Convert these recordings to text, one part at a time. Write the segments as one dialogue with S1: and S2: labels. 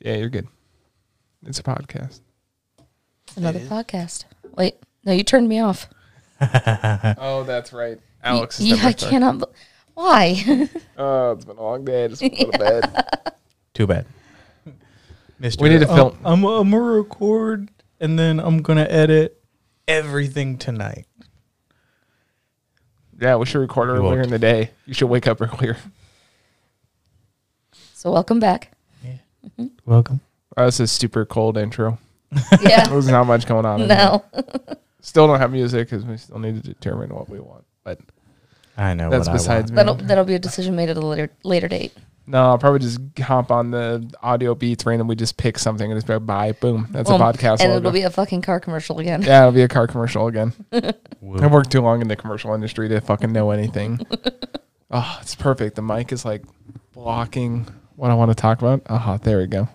S1: Yeah, you're good. It's a podcast.
S2: Another podcast. Wait, no, you turned me off.
S1: Oh, that's right.
S2: Y-
S1: Alex is
S2: yeah, I
S1: never started.
S2: cannot. bel- Why?
S1: Oh, it's been a long day. I just want to go to bed.
S3: Too bad. Mr.
S1: We need to
S3: um,
S1: film-
S3: I'm, I'm gonna record and then I'm gonna edit everything tonight.
S1: Yeah, we should record earlier
S3: won't.
S1: in the day. You should wake up earlier.
S2: so welcome back.
S3: Mm-hmm. Welcome.
S1: Oh, this is super cold intro.
S2: Yeah.
S1: There's not much going on. in here.
S2: no.
S1: Still don't have music because we still need to determine what we want. But
S3: I know.
S1: that's
S3: what
S1: besides
S3: I
S1: me.
S2: That'll that'll be a decision made at a later later date.
S1: No, I'll probably just hop on the audio beats randomly, just pick something and just go buy. Boom. That's
S2: Boom.
S1: a podcast.
S2: and
S1: logo.
S2: it'll be a fucking car commercial again.
S1: yeah, it'll be a car commercial again.
S3: want.
S1: I worked too long in the commercial industry to fucking know anything. oh, it's perfect. The mic is like blocking what I want to talk about. Aha, there we go.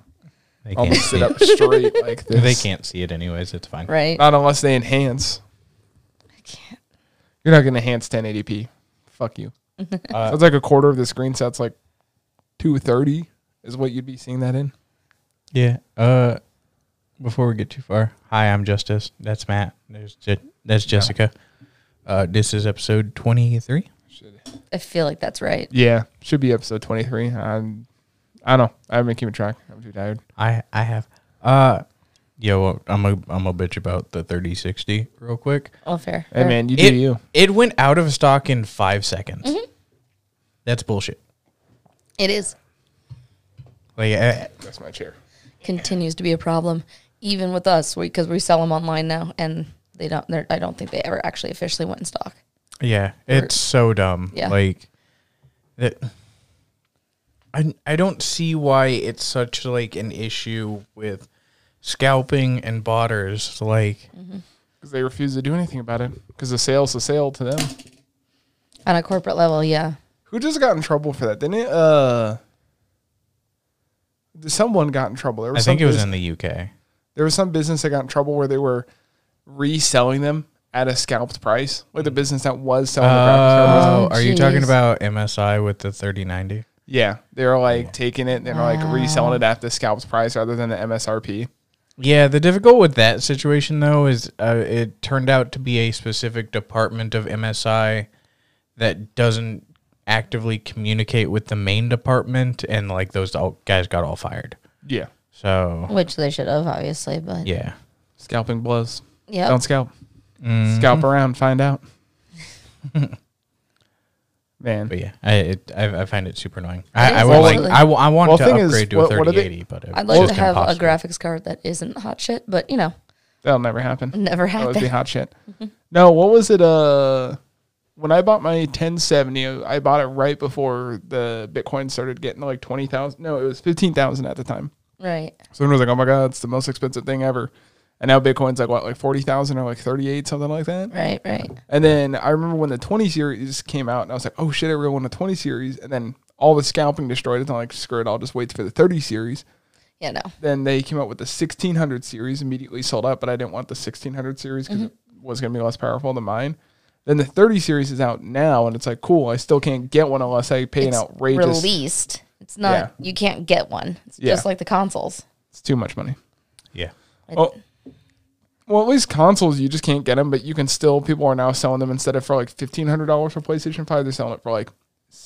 S3: They
S1: I'll
S3: can't,
S1: just
S3: see
S1: sit
S3: it.
S1: up straight like this.
S3: they can't see it anyways. It's fine.
S2: Right.
S1: Not unless they enhance.
S2: I can't.
S1: You're not going to enhance 1080p. Fuck you.
S3: Uh,
S1: That's like a quarter of the screen, so that's like 230 is what you'd be seeing that in.
S3: Yeah. Uh, before we get too far, hi, I'm Justice. That's Matt. There's Je- that's Jessica. Uh, this is episode 23.
S1: Should
S2: I feel like that's right.
S1: Yeah, should be episode 23. I'm, I don't know. I haven't been keeping track. I'm too tired.
S3: I I have. Uh, yo, well, I'm a I'm a bitch about the 3060 real quick.
S2: All fair.
S1: Hey,
S2: Fair.
S1: man, you
S3: it,
S1: do you.
S3: It went out of stock in five seconds.
S2: Mm-hmm.
S3: That's bullshit.
S2: It is
S3: Like, eh, I,
S1: That's my chair.
S2: continues to be a problem, even with us, because we, sell them online now, and they don't. they're- I don't think they ever actually officially went in stock.
S3: yeah, it's so dumb.
S2: Yeah.
S3: Like, it, I I don't see why it's such like an issue with scalping and botters. Like,
S2: Mm-hmm.
S1: Because they refuse to do anything about it. Because the sale's a sale to them.
S2: On a corporate level, yeah.
S1: Who just got in trouble for that? Didn't it? Uh, someone got in trouble. There
S3: I
S1: was
S3: think
S1: some
S3: it was
S1: bus-
S3: in the UK.
S1: there was some business that got in trouble where they were reselling them at a scalped price, like the business that was selling the crackers.
S3: Oh, are you talking
S2: jeez.
S3: about MSI with the 3090?
S1: Yeah, they were like taking it and they're like reselling
S3: Oh.
S1: it at the scalped price rather than the MSRP.
S3: Yeah, the difficult with that situation though is uh, it turned out to be a specific department of MSI that doesn't actively communicate with the main department, and like those all, guys got all fired.
S1: Yeah,
S3: So
S2: Which they should have, obviously, but yeah.
S3: yeah,
S1: scalping blows.
S2: Yep.
S1: Don't scalp.
S3: Mm-hmm.
S1: Scalp around, find out. Man,
S3: but yeah, I it, I, I find it super annoying. I, I
S2: is
S3: would like
S2: absolutely-
S3: I, w- I want
S1: Well,
S3: to
S1: thing is,
S3: upgrade to
S1: what-
S3: a
S1: what are they-
S3: 3080, but it-
S2: I'd like
S3: it's
S2: to
S3: just
S2: have
S3: impossible.
S2: a graphics card that isn't hot shit, but you know,
S1: that'll never happen.
S2: never
S1: That would be
S2: happened.
S1: hot shit. No, what was it? Uh, when I bought my 1070, I bought it right before the Bitcoin started getting to like 20,000. No, it was 15,000 at the time.
S2: Right.
S1: So everyone was like, oh my God, it's the most expensive thing ever. And now Bitcoin's like what, like 40,000 or like 38, something like that.
S2: Right, right.
S1: And then I remember when the 20 series came out and I was like, oh shit, I really want the 20 series. And then all the scalping destroyed it. And I'm like, screw it, I'll just wait for the 30 series.
S2: Yeah, no.
S1: Then they came out with the 1600 series, immediately sold out, but I didn't want the 1600 series
S2: Mm-hmm.
S1: because it was going to be less powerful than mine. Then the 30 series is out now, and it's like, cool, I still can't get one unless I pay an
S2: It's
S1: outrageous.
S2: released. It's not you can't get one. It's
S1: Yeah.
S2: just like the consoles.
S1: It's too much money.
S3: Yeah,
S1: Well, well, at least consoles, you just can't get them, but you can still, people are now selling them instead of for like $1,500 for PlayStation 5, they're selling it for like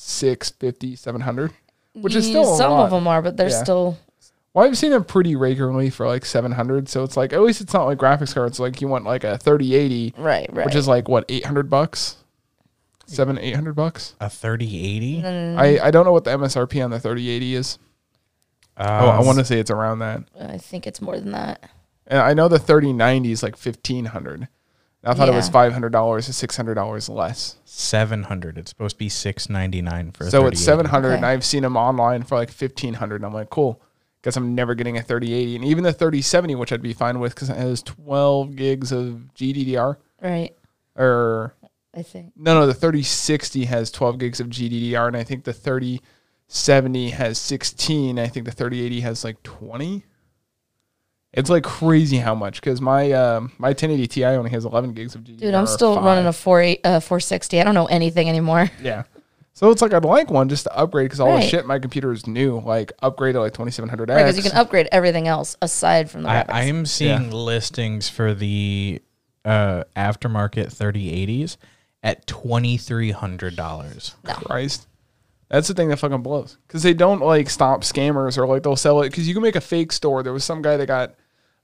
S1: 650 700 which is
S2: You-
S1: still
S2: some of
S1: them.
S2: them are, but they're
S1: Yeah.
S2: still
S1: Well, I've seen them pretty regularly for like 700 So it's like, at least it's not like graphics cards. Like you want like a 3080
S2: right, right.
S1: which is like what 800 bucks seven 800 bucks
S3: a 3080.
S2: Mm.
S1: i i don't know what the msrp on the 3080 is
S3: Uh,
S1: oh i want to say it's around that
S2: I think it's more than that.
S1: and i know the 3090 is like 1500 i thought it was
S2: Yeah.
S1: $500 or $600 less
S3: 700. It's supposed to be 699 for a
S1: so it's
S3: 3080.
S1: 700 and
S2: Okay.
S1: i've seen them online for like 1500 and i'm like cool guess i'm never getting a 3080 and even the 3070 which i'd be fine with because it has 12 gigs of gddr
S2: Right.
S1: or
S2: I think.
S1: No, no, the 3060 has 12 gigs of GDDR, and I think the 3070 has 16. I think the 3080 has like 20. It's like crazy how much because my um, my 1080 Ti only has 11 gigs of GDDR.
S2: Dude, I'm still running a 4 uh, 460. I don't know anything anymore.
S1: yeah. So it's like I'd like one just to upgrade because all the
S2: Right.
S1: shit my computer is new. Like upgrade to like 2700X.
S2: Because you can upgrade everything else aside from the
S3: I,
S2: graphics.
S3: I am seeing listings for the uh, aftermarket 3080s at twenty three hundred dollars.
S1: Christ. That's the thing that fucking blows. Because they don't like stop scammers or like they'll sell it. Because you can make a fake store. There was some guy that got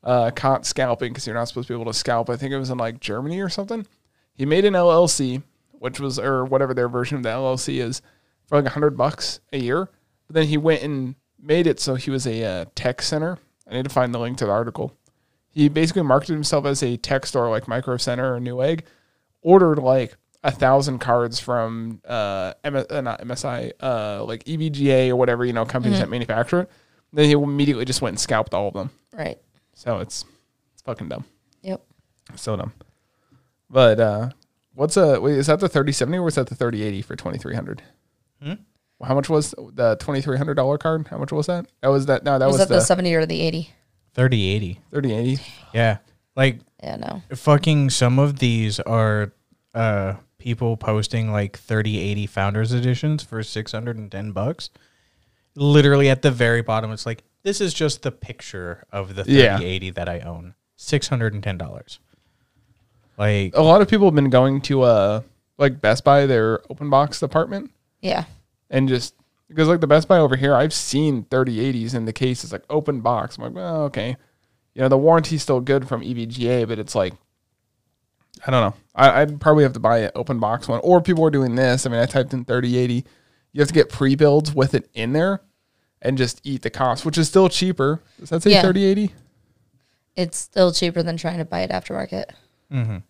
S1: uh, caught scalping because you're not supposed to be able to scalp. I think it was in like Germany or something. He made an LLC, which was, or whatever their version of the LLC is, for like a 100 bucks a year. But then he went and made it so he was a uh, tech center. I need to find the link to the article. He basically marketed himself as a tech store like Micro Center or Newegg, ordered like a thousand cards from uh, M- uh, not MSI, uh, like EVGA or whatever you know companies
S2: Mm-hmm.
S1: that manufacture it. Then he immediately just went and scalped all of them.
S2: right.
S1: So it's it's fucking dumb,
S2: Yep.
S1: so dumb. But uh, what's a wait, is that the thirty seventy or is that the thirty eighty for twenty three hundred?
S2: Hmm?
S1: How much was the twenty three hundred dollar card? How much was that? That was that. No, that was,
S2: was that the,
S1: the,
S2: 70 or the 80?
S3: Thirty eighty.
S1: thirty eighty.
S3: Yeah, like
S2: Yeah, no.
S3: fucking some of these are uh people posting like 3080 founders editions for 610 bucks literally at the very bottom it's like this is just the picture of the
S1: Yeah.
S3: 3080 that i own $610 like
S1: A lot of people have been going to uh like Best Buy their open box department
S2: Yeah.
S1: and just because like the Best Buy over here, I've seen 3080s in the case is like open box. I'm like, well, okay, you know the warranty's still good from E EVGA, but it's like, I don't know. I, I'd probably have to buy an open box one, or people are doing this. I mean, I typed in 3080. You have to get pre builds with it in there, and just eat the cost, which is still cheaper. Does that say
S2: Yeah.
S1: 3080?
S2: It's still cheaper than trying to buy it aftermarket.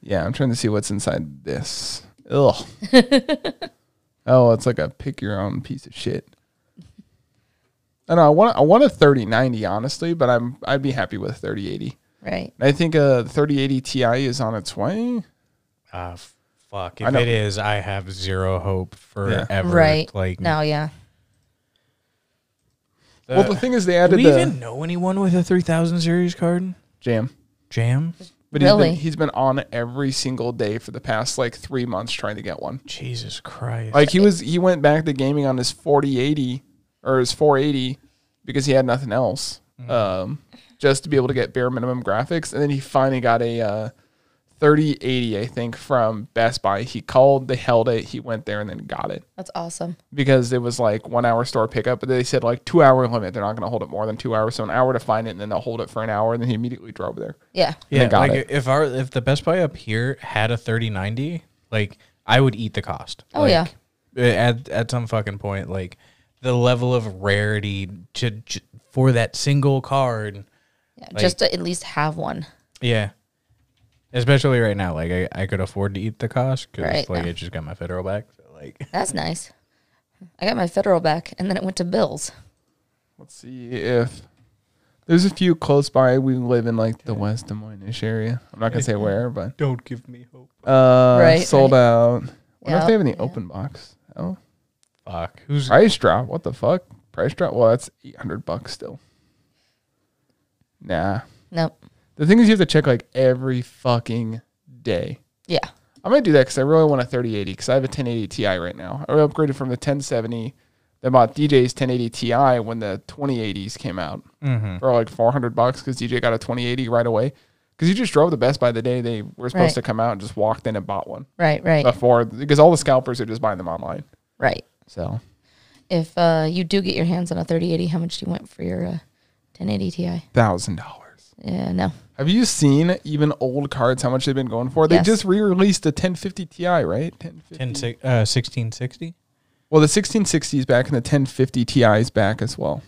S1: Yeah, I'm trying to see what's inside this. Ugh. oh, it's like a pick your own piece of shit. I know I want I want a 3090 honestly, but I'm I'd be happy with a 3080.
S2: Right.
S1: And I think a 3080 Ti is on its way.
S3: ah f- fuck
S1: I
S3: if
S1: know.
S3: it is i have zero hope forever
S2: Right.
S3: like
S2: now, yeah.
S3: the-
S1: well, the thing is they
S3: do
S1: added
S3: Uh, we
S1: the
S3: even know anyone with a 3000 series card
S1: jam,
S3: jam
S1: but he's
S2: Really?
S1: been he's been on every single day for the past like three months trying to get one.
S3: jesus christ
S1: Like he was he went back to gaming on his 4080 or his 480 because he had nothing else. Um just to be able to get bare minimum graphics and then he finally got a uh 3080 I think from Best Buy. He called, they held it, he went there and then got it
S2: That's awesome.
S1: because it was like 1 hour store pickup but they said like 2 hour limit. They're not going to hold it more than 2 hours, so an hour to find it and then they'll hold it for an hour and then he immediately drove there.
S2: Yeah.
S1: and they
S3: Yeah,
S1: got
S3: like
S1: it.
S3: if our if the Best Buy up here had a thirty ninety, like I would eat the cost.
S2: Oh,
S3: Like, eh,
S2: yeah.
S3: At at some fucking point, like the level of rarity to, j for that single card.
S2: yeah. Just to at least have one.
S3: Yeah. Especially right now, like I, I could afford to eat the cost because
S2: Right,
S3: like
S2: yeah.
S3: I just got my federal back. So, like
S2: That's nice. I got my federal back and then it went to bills.
S1: Let's see if there's a few close by. We live in like the West Des Moines area. I'm not going to say where, but
S3: don't give me hope.
S1: Uh,
S2: Right,
S1: sold
S2: right.
S1: out. Wonder if
S2: Yeah,
S1: they have any
S2: yeah.
S1: open box. Oh,
S3: Fuck. Who's
S1: price drop. What the fuck? Price drop. Well, that's eight hundred bucks still. Nah.
S2: Nope.
S1: The thing is, you have to check like every fucking day.
S2: Yeah.
S1: I might do that because I really want a 3080 because I have a 1080 Ti right now. I upgraded from the 1070. Then bought DJ's 1080 Ti when the 2080s came out
S3: Mhm.
S1: for like 400 bucks because DJ got a 2080 right away. Because you just drove the Best Buy the day they were supposed
S2: Right.
S1: to come out and just walked in and bought one
S2: Right, right,
S1: before because all the scalpers are just buying them online.
S2: right.
S1: So
S2: If uh, you do get your hands on a 3080, how much do you want for your uh, 1080 Ti?
S1: thousand dollars.
S2: Yeah, no.
S1: Have you seen even old cards? How much they've been going for? They
S2: Yes.
S1: just re-released the 1050 Ti, right? 1050.
S3: ten six uh sixteen sixty?
S1: Well, the 1660 is back and the 1050 Ti is back as well.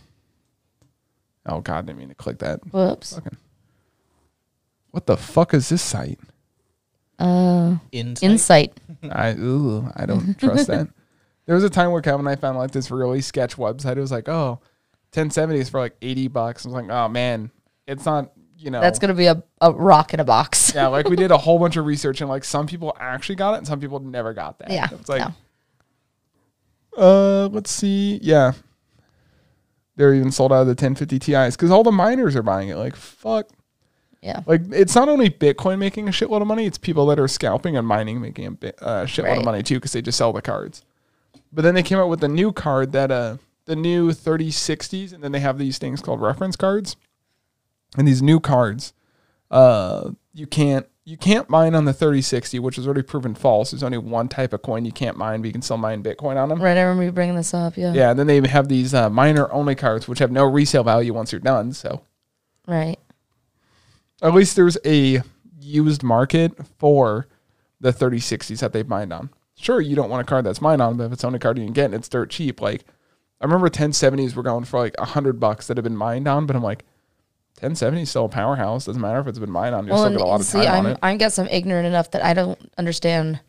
S1: Oh God, I didn't mean to click that.
S2: Whoops.
S1: Fucking. What the fuck is this site?
S2: Uh,
S3: Inside.
S2: Insight.
S1: I ooh, I don't trust that. There was a time where Calvin and I found like this really sketch website. It was like, oh, 1070 is for like 80 bucks. I was like, oh man, it's not, you know.
S2: That's going to be a, a rock in a box.
S1: yeah, like we did a whole bunch of research and like some people actually got it and some people never got that.
S2: Yeah.
S1: It's like
S2: no.
S1: uh let's see. Yeah. They're even sold out of the 1050 TIs cuz all the miners are buying it. Like fuck.
S2: Yeah.
S1: Like it's not only Bitcoin making a shitload of money, it's people that are scalping and mining making a bit, uh, shitload of
S2: Right.
S1: money too cuz they just sell the cards. But then they came out with a new card that uh the new 3060s and then they have these things called reference cards. And these new cards uh you can't you can't mine on the 3060, which is already proven false. There's only one type of coin you can't mine, but you can still mine Bitcoin on them.
S2: Right, I remember you bringing this up. Yeah.
S1: Yeah, and then they have these uh, miner only cards, which have no resale value once you're done. So
S2: Right.
S1: at least there's a used market for the 3060s that they've mined on. Sure, you don't want a card that's mined on, but if it's the only card you can get and it's dirt cheap, like I remember 1070s were going for like a hundred bucks that have been mined on, but I'm like, 1070 is still a powerhouse. Doesn't matter if it's been mined on, you will
S2: Well,
S1: still
S2: and
S1: get a lot of
S2: see,
S1: time on
S2: I'm
S1: it.
S2: I guess I'm ignorant enough that I don't understand.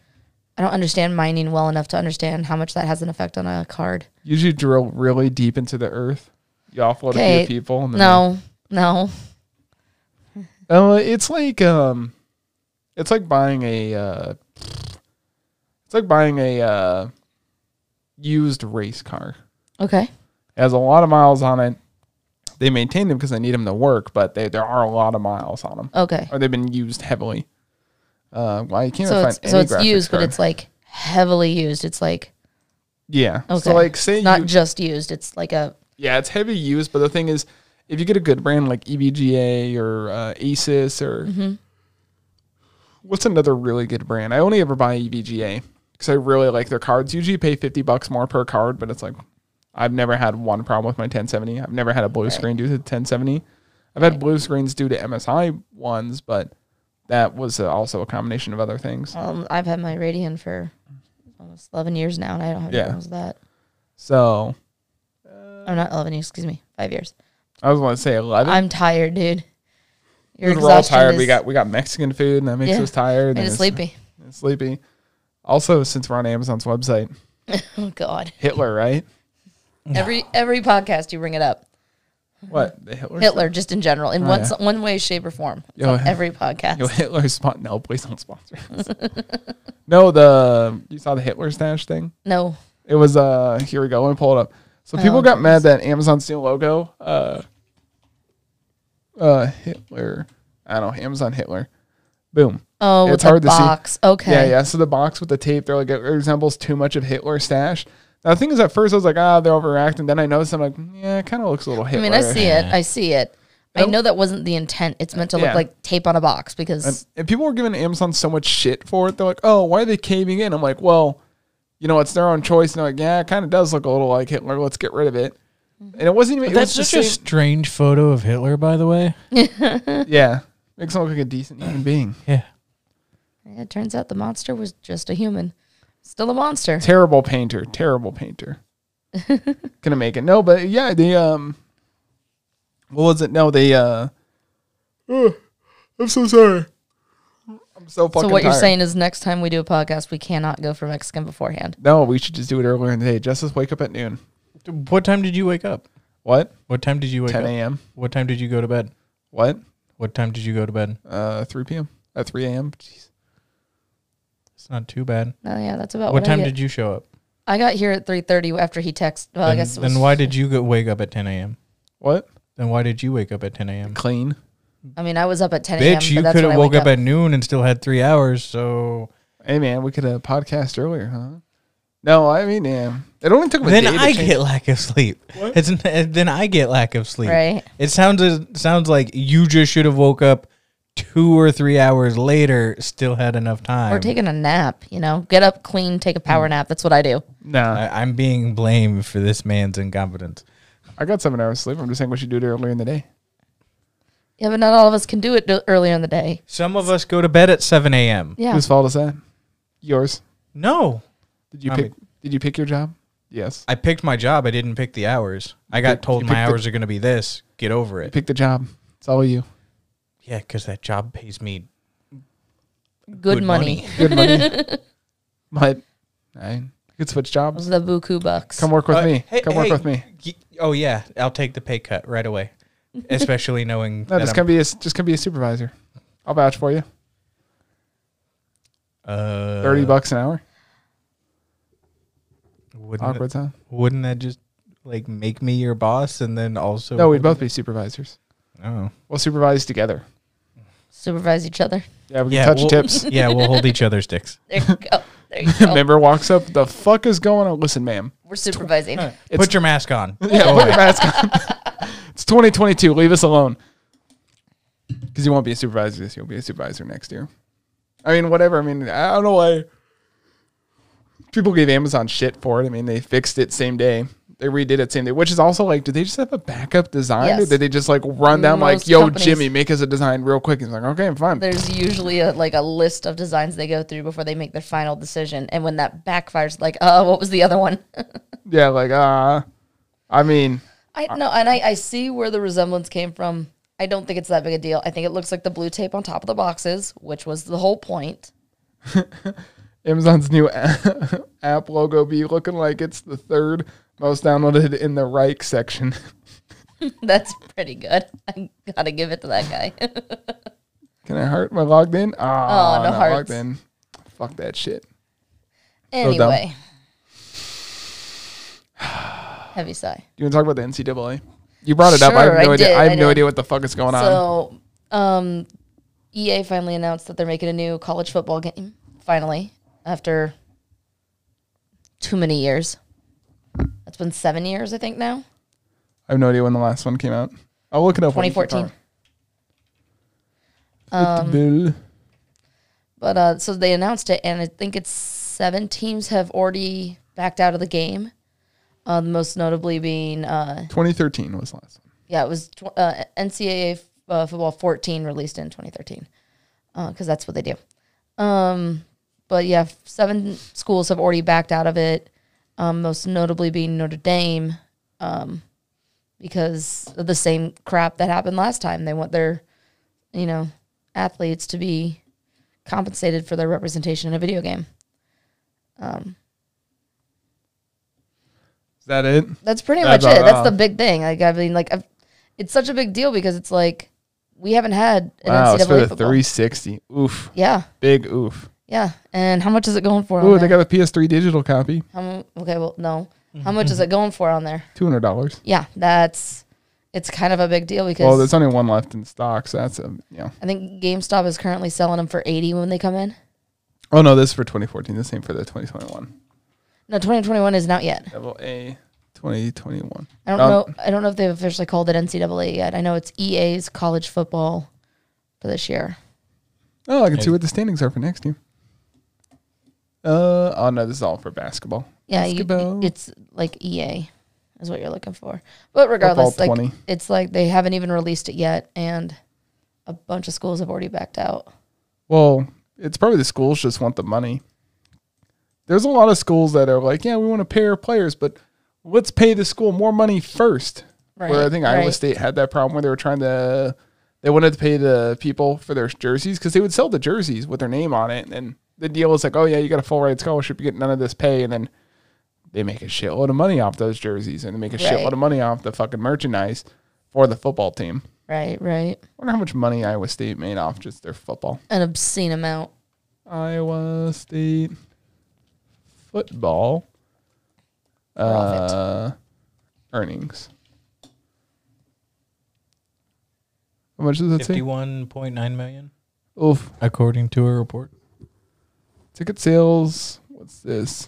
S2: I don't understand mining well enough to understand how much that has an effect on a card.
S1: Usually drill really deep into the earth. You offload a
S2: Okay,
S1: few people. And then
S2: No, no.
S1: Oh, it's like um, it's like buying a uh, it's like buying a uh, used race car.
S2: Okay.
S1: It has a lot of miles on it. They maintain them because they need them to work, but they, there are a lot of miles on them,
S2: Okay.
S1: or they've been used heavily. Uh, well, you can't
S2: So
S1: find
S2: it's
S1: any
S2: so it's
S1: graphics
S2: used,
S1: card.
S2: but it's like heavily used. It's like
S1: yeah.
S2: okay.
S1: So like, say
S2: it's not
S1: you,
S2: just used. It's like a
S1: yeah, it's heavy used, but the thing is, if you get a good brand like E EVGA or uh, Asus or
S2: Mm-hmm.
S1: what's another really good brand? I only ever buy E EVGA because I really like their cards. Usually you pay fifty bucks more per card, but it's like I've never had one problem with my 1070. I've never had a blue screen due to the 1070. I've had blue screens due to MSI ones, but that was uh, also a combination of other things.
S2: um, I've had my Radian for almost eleven years now, and I don't have
S1: Yeah.
S2: any problems with that.
S1: So
S2: I'm not eleven years. Excuse me, five years.
S1: I was going to say 11.
S2: I'm tired, dude. Your
S1: we're all
S2: exhaustion
S1: tired. we
S2: is-
S1: got we got Mexican food, and that makes
S2: Yeah.
S1: us tired.
S2: made
S1: and
S2: us
S1: it's-
S2: sleepy.
S1: and sleepy. Also, since we're on Amazon's website,
S2: Oh God.
S1: Hitler, right?
S2: Every every podcast you bring it up.
S1: What the Hitler?
S2: Hitler, just in general, in
S1: Oh,
S2: one
S1: yeah.
S2: s- one way, shape, or form. It's
S1: Yo,
S2: on
S1: Hit-
S2: every podcast.
S1: Yo, Hitler spot. No, please don't sponsor us. no, the you saw the Hitler stash thing.
S2: no,
S1: It was uh here we go. Let me pull it up.
S2: Oh,
S1: So people got mad that Amazon's new logo, uh, uh Hitler. I don't know Amazon Hitler. Boom.
S2: oh,
S1: It's
S2: it's
S1: hard
S2: hard
S1: to see.
S2: box. Okay,
S1: Yeah, yeah. So the box with the tape, they're like, it resembles too much of Hitler stash. Now, the thing is, at first I was like, ah, they're overreacting. Then I noticed, I'm like, "Mm, yeah, it kind of looks a little
S2: I
S1: Hitler.
S2: mean, I see it. I see it. I
S1: Nope.
S2: know that wasn't the intent. It's meant to look
S1: Yeah.
S2: like tape on a box because
S1: And, and people were giving Amazon so much shit for it. They're like, oh, why are they caving in? I'm like, well, you know, it's their own choice. And they're like, yeah, it kind of does look a little like Hitler. Let's get rid of it. And it wasn't even. It
S3: That's
S1: was
S3: such
S1: the
S3: a
S1: same-
S3: strange photo of Hitler, by the way.
S1: yeah. Makes him look like a decent human being.
S3: Yeah.
S2: it turns out the monster was just a human, still a monster.
S1: Terrible painter. Terrible painter. Gonna make it. No, but yeah, they um. What was it? No, they uh. oh, I'm so sorry. I'm so fucking.
S2: So what you're
S1: tired.
S2: saying is, next time we do a podcast, we cannot go for Mexican beforehand.
S1: No, we should just do it earlier in the day. Just as wake up at noon.
S3: What time did you wake up?
S1: What?
S3: What time did you wake
S1: 10
S3: up?
S1: a.m.
S3: What time did you go to bed?
S1: What?
S3: What time did you go to bed?
S1: Uh, 3 p.m. At 3 a.m. Jeez.
S3: It's not too bad.
S2: Oh yeah, that's about
S3: What,
S2: what,
S3: time
S2: I
S3: did you show up?
S2: I got here at three thirty after he texted. Well,
S3: then,
S2: I guess it was,
S3: then why did you go wake up at 10 a.m.?
S1: What?
S3: Then why did you wake up at 10 a.m.?
S1: Clean.
S2: I mean I was up at ten a.m.
S3: Bitch, you
S2: but that's
S3: could
S2: when
S3: have
S2: I
S3: woke
S2: wake
S3: up, at noon and still had three hours. So
S1: Hey man, we could have podcast earlier, huh? No, I mean, yeah. It only took him a
S3: then
S1: day to
S3: I
S1: change-
S3: get lack of sleep. It's n- then I get lack of sleep.
S2: right.
S3: It sounds it sounds like you just should have woke up two or three hours later, still had enough time. Hmm.
S2: Or taking a nap, you know, get up, clean, take a power nap. That's what I do.
S1: Nah,
S3: I, I'm being blamed for this man's incompetence.
S1: I got seven hours sleep. I'm just saying we should do it earlier in the day.
S2: Yeah, but not all of us can do it do- earlier in the day.
S3: Some of us go to bed at 7 a.m.
S2: Yeah.
S1: Whose fault is that? Yours.
S3: No,
S1: Did you
S3: I
S1: pick? Did you pick your job? Yes.
S3: I picked my job. I didn't pick the hours. I got
S1: picked-
S3: told
S1: you
S3: my
S1: picked the-
S3: hours are going to be this. Get over
S1: You
S3: it.
S1: picked the job. It's all you.
S3: Yeah, because that job pays me
S2: good,
S3: good
S2: money.
S3: money.
S1: Good money. but I you could switch
S2: Those
S1: jobs.
S2: are the buku bucks.
S1: Come work with
S3: Uh,
S1: me.
S3: hey-
S1: Come work
S3: hey,
S1: with me.
S3: y- Oh yeah, I'll take the pay cut right away. Especially knowing
S1: No,
S3: that
S1: just
S3: I'm-
S1: come be a just come be a supervisor. I'll vouch for you.
S3: uh,
S1: Thirty bucks an hour.
S3: Wouldn't,
S1: Awkward time.
S3: wouldn't that just like make me your boss and then also?
S1: No, we'd both be supervisors.
S3: Oh.
S1: We'll supervise together.
S2: Supervise each other.
S1: Yeah, we can
S3: Yeah,
S1: touch
S3: we'll-
S1: tips.
S3: Yeah, we'll hold each other's dicks.
S2: There you go. There you go.
S1: Member walks up. The fuck is going on? Listen, ma'am.
S2: We're supervising.
S1: It's-
S3: Put your mask on.
S1: Yeah, put your mask on. it's 2022. Leave us alone. Because you won't be a supervisor this year. You'll be a supervisor next year. I mean, whatever. I mean, I don't know why people gave Amazon shit for it. I mean, they fixed it same day. They redid it same day, which is also like, did they just have a backup design? Or
S2: Yes.
S1: did they just like run down like,
S2: Most
S1: yo,
S2: companies-
S1: Jimmy, make us a design real quick? He's like, okay, fine.
S2: There's usually a, like a list of designs they go through before they make their final decision, and when that backfires, like, uh, what was the other one?
S1: yeah, like, uh, I mean,
S2: I no, and I, I see where the resemblance came from. I don't think it's that big a deal. I think it looks like the blue tape on top of the boxes, which was the whole point.
S1: Amazon's new a- app logo be looking like it's the third most downloaded in the Reich section.
S2: That's pretty good. I gotta give it to that guy.
S1: Can I hurt my logged in? Oh,
S2: Oh, no
S1: not
S2: hearts.
S1: logged in. Fuck that shit. dumb.
S2: anyway, heavy sigh.
S1: You want to talk about the NCAA? You brought it up. I
S2: Sure,
S1: have no
S2: I
S1: idea.
S2: did,
S1: I have
S2: I
S1: no
S2: did.
S1: idea what the fuck is going on.
S2: So, um, EA finally announced that they're making a new college football game. Finally, after too many years, it's been seven years, I think now.
S1: I have no idea when the last one came out. I'll look it up. when you keep
S2: 2014.
S1: talking.
S2: Um,
S1: Football.
S2: But uh, so they announced it, and I think it's seven teams have already backed out of the game. Uh, the most notably being, uh,
S1: 2013 was the last one.
S2: yeah, it was tw- uh, NCAA f- uh, football 14 released in 2013, because that's what they do. Um, but yeah, f- seven schools have already backed out of it. Um, most notably being Notre Dame, um, because of the same crap that happened last time. They want their, you know, athletes to be compensated for their representation in a video game.
S1: Is that it?
S2: That's pretty
S1: That's
S2: much it.
S1: all-
S2: That's
S1: uh,
S2: the big thing. Like I mean, like I've, it's such a big deal because it's like we haven't had an
S1: Wow, it's
S2: NCAA
S1: for the
S2: football.
S1: 360. Oof.
S2: Yeah,
S1: Big oof.
S2: yeah. And how much is it going for?
S1: Ooh,
S2: on
S1: they
S2: there?
S1: got a PS3 digital copy.
S2: How mu- okay, well, no. How much is it going for on there?
S1: $200.
S2: Yeah, that's it's kind of a big deal because
S1: Well, there's only one left in stock, so that's a, you know.
S2: I think GameStop is currently selling them for eighty when they come in.
S1: Oh no, this is for 2014. This ain't for the 2021.
S2: No, twenty twenty one is not yet.
S1: Double A 2021.
S2: I don't
S1: Um,
S2: know. I don't know if they've officially called it NCAA yet. I know it's EA's college football for this year.
S1: Oh, I can see what the standings are for next year. Uh oh no, this is all for basketball.
S2: Yeah, you,
S1: Basketball.
S2: it's like EA is what you're looking for. But regardless,
S1: Football
S2: like
S1: 20.
S2: it's like they haven't even released it yet, and a bunch of schools have already backed out.
S1: Well, it's probably the schools just want the money. There's a lot of schools that are like, yeah, we want to pay our players, but let's pay the school more money first.
S2: Right.
S1: Where I think Iowa
S2: right.
S1: State had that problem where they were trying to, they wanted to pay the people for their jerseys because they would sell the jerseys with their name on it, and the deal is like, oh yeah, you got a full ride scholarship, you get none of this pay, and then they make a shitload of money off those jerseys, and they make a
S2: Right.
S1: shitload of money off the fucking merchandise for the football team.
S2: Right, right.
S1: wonder how much money Iowa State made off just their football.
S2: An obscene amount.
S1: Iowa State football
S2: Profit.
S1: uh, earnings. How much does that say?
S3: Fifty-one point nine million,
S1: Oof.
S3: according to a report,
S1: Ticket sales. What's this?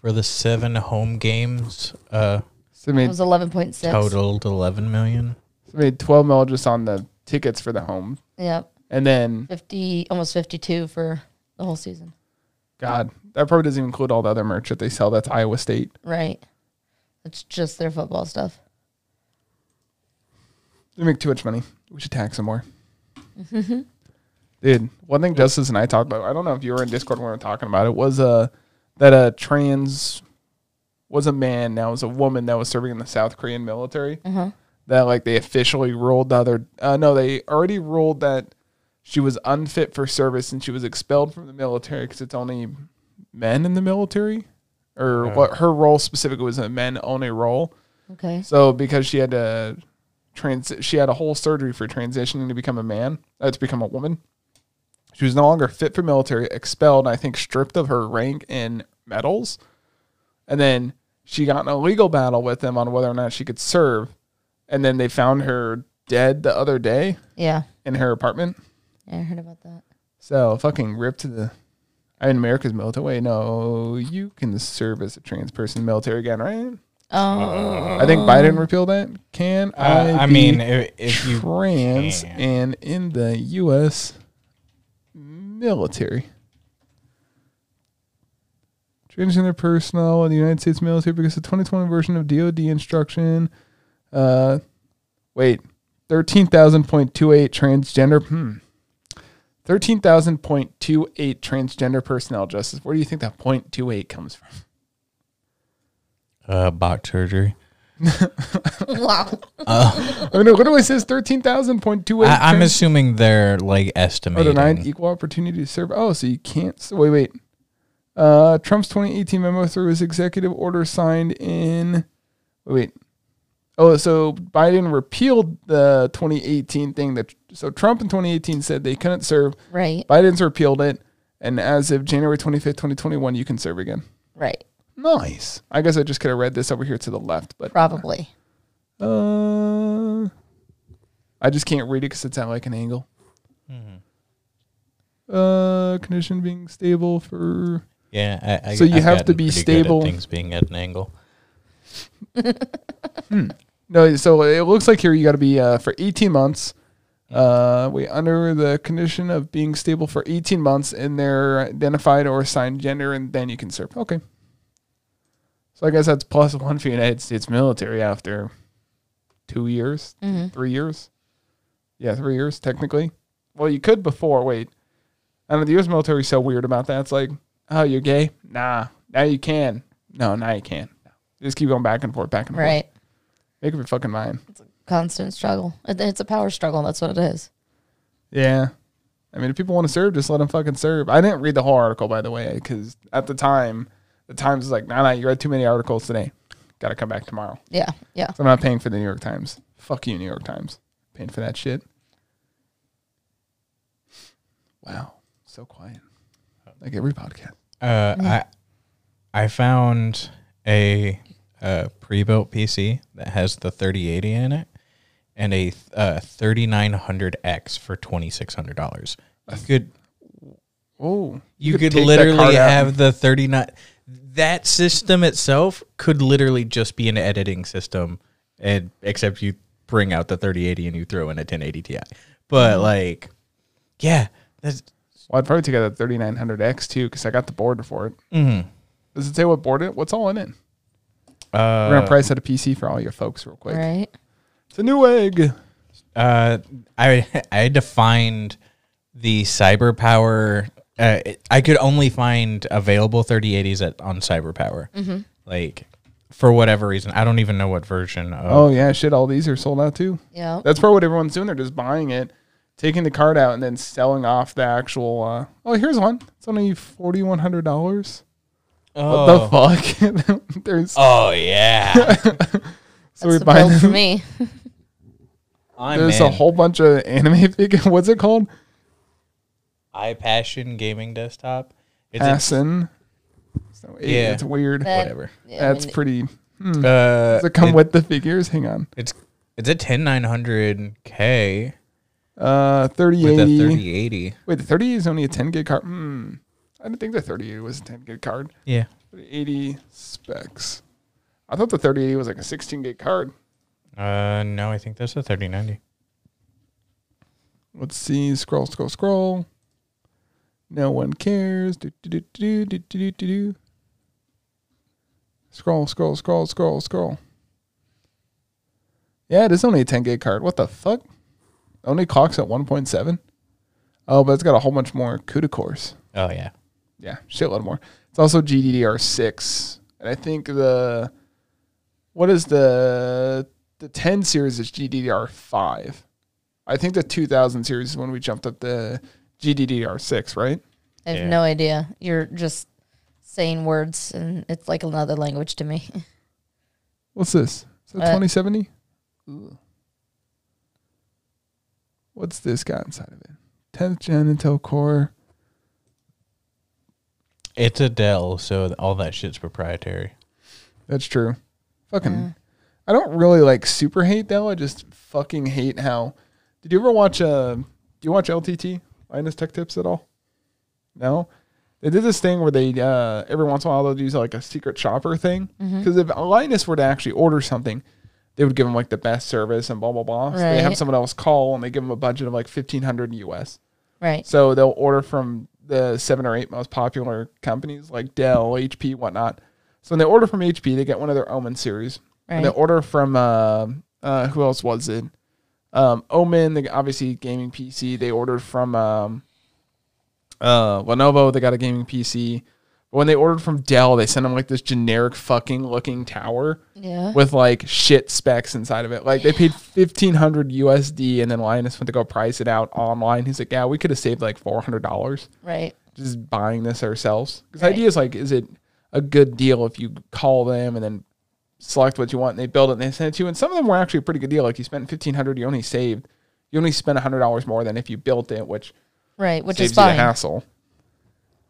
S3: for the seven home games. Uh,
S1: So they
S2: It
S1: made,
S2: was eleven point six.
S3: totaled eleven million.
S1: so they made 12 mil just on the tickets for the home.
S2: Yeah,
S1: And then,
S2: fifty, almost fifty-two for the whole season.
S1: God, that probably doesn't even include all the other merch that they sell. That's Iowa State.
S2: Right. It's just their football stuff.
S1: They make too much money. We should tax them more. Dude, one thing Justice and I talked about, I don't know if you were in Discord when we were talking about it, was uh, that a trans was a man, now is a woman that was serving in the South Korean military. That, like, they officially ruled the other, uh, no, they already ruled that she was unfit for service and she was expelled from the military because it's only men in the military. Or what her role specifically was a men only role.
S2: Okay.
S1: So because she had to trans, she had a whole surgery for transitioning to become a man, uh, to become a woman. She was no longer fit for military, expelled, I think, stripped of her rank and medals, and then she got in a legal battle with them on whether or not she could serve, and then they found her dead the other day
S2: Yeah.
S1: in her apartment.
S2: yeah I heard about that.
S1: So fucking ripped to the. I mean, America's military. Wait, no, you can serve as a trans person in the military again, right?
S2: Oh,
S1: I think Biden repealed that. Can I?
S3: Uh, I
S1: be
S3: mean, if, if you
S1: trans
S3: can.
S1: and in the U.S. military. Transgender personnel in the United States military because the 2020 version of DoD instruction. Uh, wait, thirteen thousand point two eight transgender. Hmm. Thirteen thousand point two eight transgender personnel justice. Where do you think that point two eight comes from?
S3: uh, box surgery,
S2: wow.
S1: I mean, it literally says thirteen thousand point two eight.
S3: I, I'm assuming they're like estimating.
S1: Oh, denied equal opportunity to serve. Oh, so you can't. So wait, wait. Uh, Trump's 2018 memo through his executive order signed in. Wait, wait. Oh, so Biden repealed the 2018 thing that. So Trump in 2018 said they couldn't serve.
S2: Right,
S1: Biden's repealed it, and as of January 25th, 2021, you can serve again.
S2: right.
S1: Nice. I guess I just could have read this over here to the left, but
S2: Probably.
S1: uh, I just can't read it because it's at like an angle. Uh, condition being stable for.
S3: Yeah, I, I,
S1: So you
S3: I've
S1: have to
S3: gotten
S1: be
S3: pretty good at
S1: stable.
S3: Things being at an angle.
S1: No, so it looks like here you got to be uh, for 18 months. Uh, we under the condition of being stable for 18 months in their identified or assigned gender, and then you can serve. Okay. So I guess that's plus one for United States military after two years,
S2: Mhm.
S1: three years. Yeah, three years technically. Well, you could before. Wait, I don't know. The U.S. military is so weird about that. It's like, oh, you're gay? Nah. Now you can. No, now you can't. Just keep going back and forth, back and forth.
S2: Right.
S1: Make up your fucking mind.
S2: Constant struggle. It- It's a power struggle. That's what it is.
S1: Yeah. I mean, if people want to serve, just let them fucking serve. I didn't read the whole article, by the way, because at the time, the Times was like, nah, nah, you read too many articles today. Got to come back tomorrow.
S2: Yeah, yeah.
S1: So I'm not paying for the New York Times. Fuck you, New York Times. Paying for that shit. Wow. So quiet. Like every podcast.
S3: Uh, I I found a, uh pre-built PC that has the 3080 in it and a uh, 3900X for twenty six hundred dollars. You could
S1: Oh.
S3: you,
S1: take
S3: could,
S1: that
S3: literally
S1: card out and-
S3: have the 39. That system itself could literally just be an editing system, and except you bring out the 3080 and you throw in a 1080 Ti.
S1: Mm.
S3: But like, yeah, that's
S1: Well, I'd probably take out that 3900X too, because I got the board for it.
S3: mhm.
S1: Does it say what board it? What's all in it? We're
S3: uh,
S1: gonna price out a PC for all your folks real quick.
S2: Right.
S1: It's a new egg.
S3: Uh, I I defined the cyber power. Uh, it- I could only find available 3080s at on cyber power. Like for whatever reason, I don't even know what version of
S1: Oh yeah, shit! All these are sold out too.
S2: Yeah.
S1: That's probably what everyone's doing. They're just buying it, taking the card out, and then selling off the actual. Uh, oh, here's one. It's only forty one hundred dollars.
S3: oh,
S1: What the fuck? There's
S3: oh yeah.
S1: so
S2: That's
S1: we
S2: the
S1: buy
S2: build for
S1: them.
S2: me.
S3: I'm
S1: There's a
S3: in.
S1: whole bunch of anime figures. What's it called?
S3: iPassion gaming desktop. It's a-
S1: Asin. So it-
S3: Yeah.
S1: it's weird.
S2: That-
S3: whatever.
S2: yeah, I
S1: That's
S2: mean,
S1: pretty.
S3: uh,
S1: Does it come
S3: it-
S1: with the figures? Hang on.
S3: It's it's a 10900K
S1: Uh, thirty
S3: with a
S1: eighty.
S3: 3080.
S1: Wait, the thirty is only a ten gig card. Hmm. I didn't think the thirty eighty was a ten gig card.
S3: Yeah.
S1: 80 specs. I thought the 3080 was like a 16 gig card.
S3: Uh, no, I think that's a 3090.
S1: Let's see. Scroll, scroll, scroll. No one cares. Do, do, do, do, do, do, do, do, do. Scroll, scroll, scroll, scroll, scroll. Yeah, it is only a 10 gig card. What the fuck? Only clocks at 1.7. Oh, but it's got a whole bunch more CUDA cores.
S3: Oh yeah.
S1: yeah, shitload more. It's also GDDR6, and I think the what is the the 10 series is GDDR5. I think the 2000 series is when we jumped up to GDDR6, right?
S2: I have
S3: Yeah.
S2: no idea. You're just saying words, and it's like another language to me.
S1: What's this? Is that
S2: Uh,
S1: 2070? Ooh. What's this got inside of it? 10th gen Intel Core.
S3: It's a Dell, so all that shit's proprietary.
S1: That's true. Fucking.
S2: Yeah.
S1: I don't really like super hate though. I just fucking hate how. Did you ever watch? Uh, do you watch LTT Linus Tech Tips at all? No. They They did this thing where they uh, every once in a while they'll use like a secret shopper thing
S2: Mm-hmm.
S1: because if Linus were to actually order something, they would give him like the best service and blah blah blah. So they have
S2: Right.
S1: someone else call and they give him a budget of like fifteen hundred US.
S2: Right.
S1: So they'll order from the seven or eight most popular companies like Dell, HP, whatnot. So when they order from HP, they get one of their Omen series. When they
S2: Right.
S1: order from uh, uh, who else was it? Um, Omen, they, obviously gaming PC. They ordered from um, uh, Lenovo. They got a gaming PC. But when they ordered from Dell, they sent them like this generic fucking looking tower
S2: Yeah.
S1: with like shit specs inside of it. Like they paid fifteen hundred USD, and then Linus went to go price it out online. He's like, "Yeah, we could have saved like four hundred dollars
S2: Right.
S1: just buying this ourselves." Because
S2: Right.
S1: the idea is like, is it a good deal if you call them and then select what you want and they build it and they send it to you? And some of them were actually a pretty good deal. Like you spent fifteen hundred, you only saved, you only spent hundred dollars more than if you built it, which
S2: Right. Which
S1: saves
S2: is
S1: you the
S2: fine.
S1: hassle.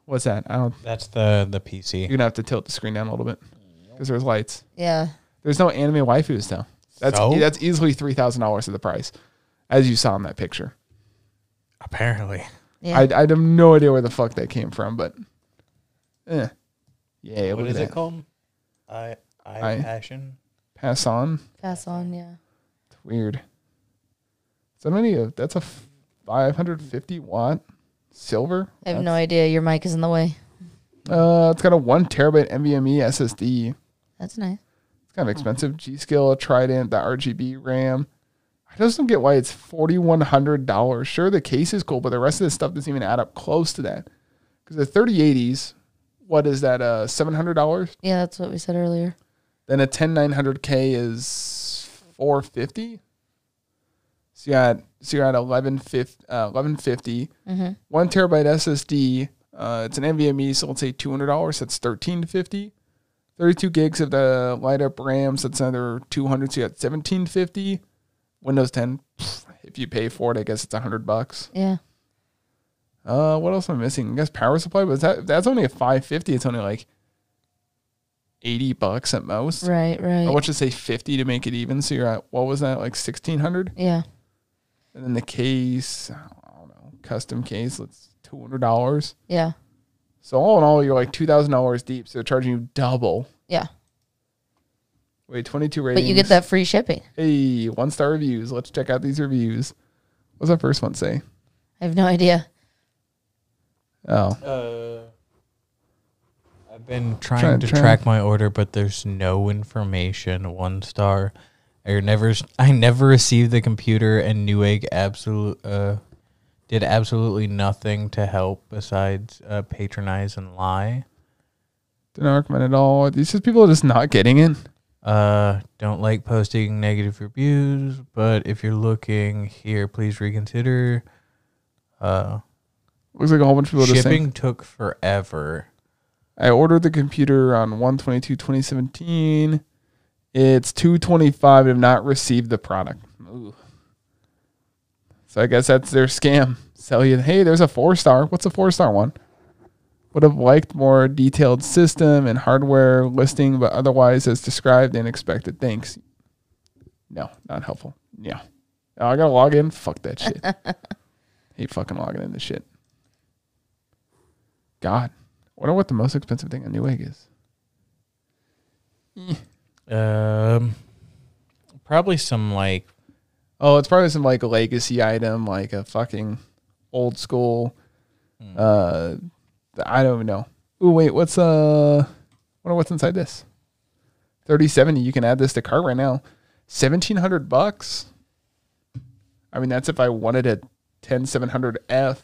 S1: What's that? I don't.
S3: That's the the PC.
S1: You're gonna have to tilt the screen down a little bit because there's lights.
S2: Yeah.
S1: There's no anime waifus though. That's
S3: So?
S1: that's easily three thousand dollars of the price, as you saw in that picture.
S3: Apparently,
S2: Yeah.
S1: I I have no idea where the fuck that came from, but eh. yeah.
S3: what
S1: look
S3: is
S1: at
S3: it
S1: that.
S3: called? I I,
S1: I-
S3: passion.
S1: Pass on.
S2: Pass on. Yeah.
S1: It's weird. So many of that's a five hundred fifty watt silver.
S2: I have no idea. Your mic is in the way.
S1: Uh, it's got a one terabyte NVMe SSD.
S2: That's nice.
S1: It's kind of expensive. G Skill, Trident, the RGB RAM. I just don't get why it's forty one hundred dollars. Sure, the case is cool, but the rest of this stuff doesn't even add up close to that. Because the thirty eighties, what is that? Uh, seven hundred dollars.
S2: Yeah, that's what we said earlier.
S1: Then a ten nine hundred K is four fifty. So you're at so you're at eleven fifty. Uh, eleven fifty.
S2: Mm-hmm.
S1: One terabyte SSD. Uh, it's an NVMe, so let's say two hundred dollars. That's thirteen fifty. Thirty-two gigs of the light up RAMs. That's another two hundred. So you got seventeen fifty. Windows ten. pff, If you pay for it, I guess it's hundred bucks.
S2: Yeah.
S1: Uh, what else am I missing? I guess power supply. But that if that's only a five fifty. It's only like eighty bucks at most.
S2: Right. Right.
S1: I want you to say fifty to make it even. So you're at what was that like sixteen hundred?
S2: yeah.
S1: And then the case. I don't know. Custom case. That's two hundred dollars.
S2: Yeah.
S1: So all in all, you're like two thousand dollars deep. So they're charging you double.
S2: Yeah.
S1: Wait, twenty two
S2: But
S1: ratings.
S2: you get that free shipping.
S1: Hey, one star reviews. Let's check out these reviews. What's that first one say?
S2: I have no idea.
S1: Oh,
S3: Uh, I've been trying
S1: Try-
S3: to
S1: try.
S3: track my order, but there's no information. One star. I never, I never received the computer, and Newegg absolute uh, did absolutely nothing to help besides uh, patronize and lie.
S1: didn't recommend at all. Are These just people are just not getting it.
S3: Uh, don't like posting negative reviews, but if you're looking here, please reconsider. Uh,
S1: Looks like a whole bunch of people just saying.
S3: shipping took forever.
S1: I ordered the computer on 122-2017. It's 225 and have not received the product. Ooh. So I guess that's their scam. Sell you, hey, there's a four star. What's a four star one? Would have liked more detailed system and hardware listing, but otherwise as described and expected. Thanks. No, not helpful. Yeah. Oh, I gotta log in. Fuck that shit. Hate fucking logging into shit. God. Wonder what the most expensive thing on Newegg is.
S3: Um, probably some like
S1: Oh, it's probably some like legacy item, like a fucking old school.
S3: Hmm.
S1: Uh, I don't even know. Ooh, wait, what's uh, wonder what's inside this? Thirty seventy. You can add this to cart right now. Seventeen hundred bucks. I mean, that's if I wanted a ten seven hundred F.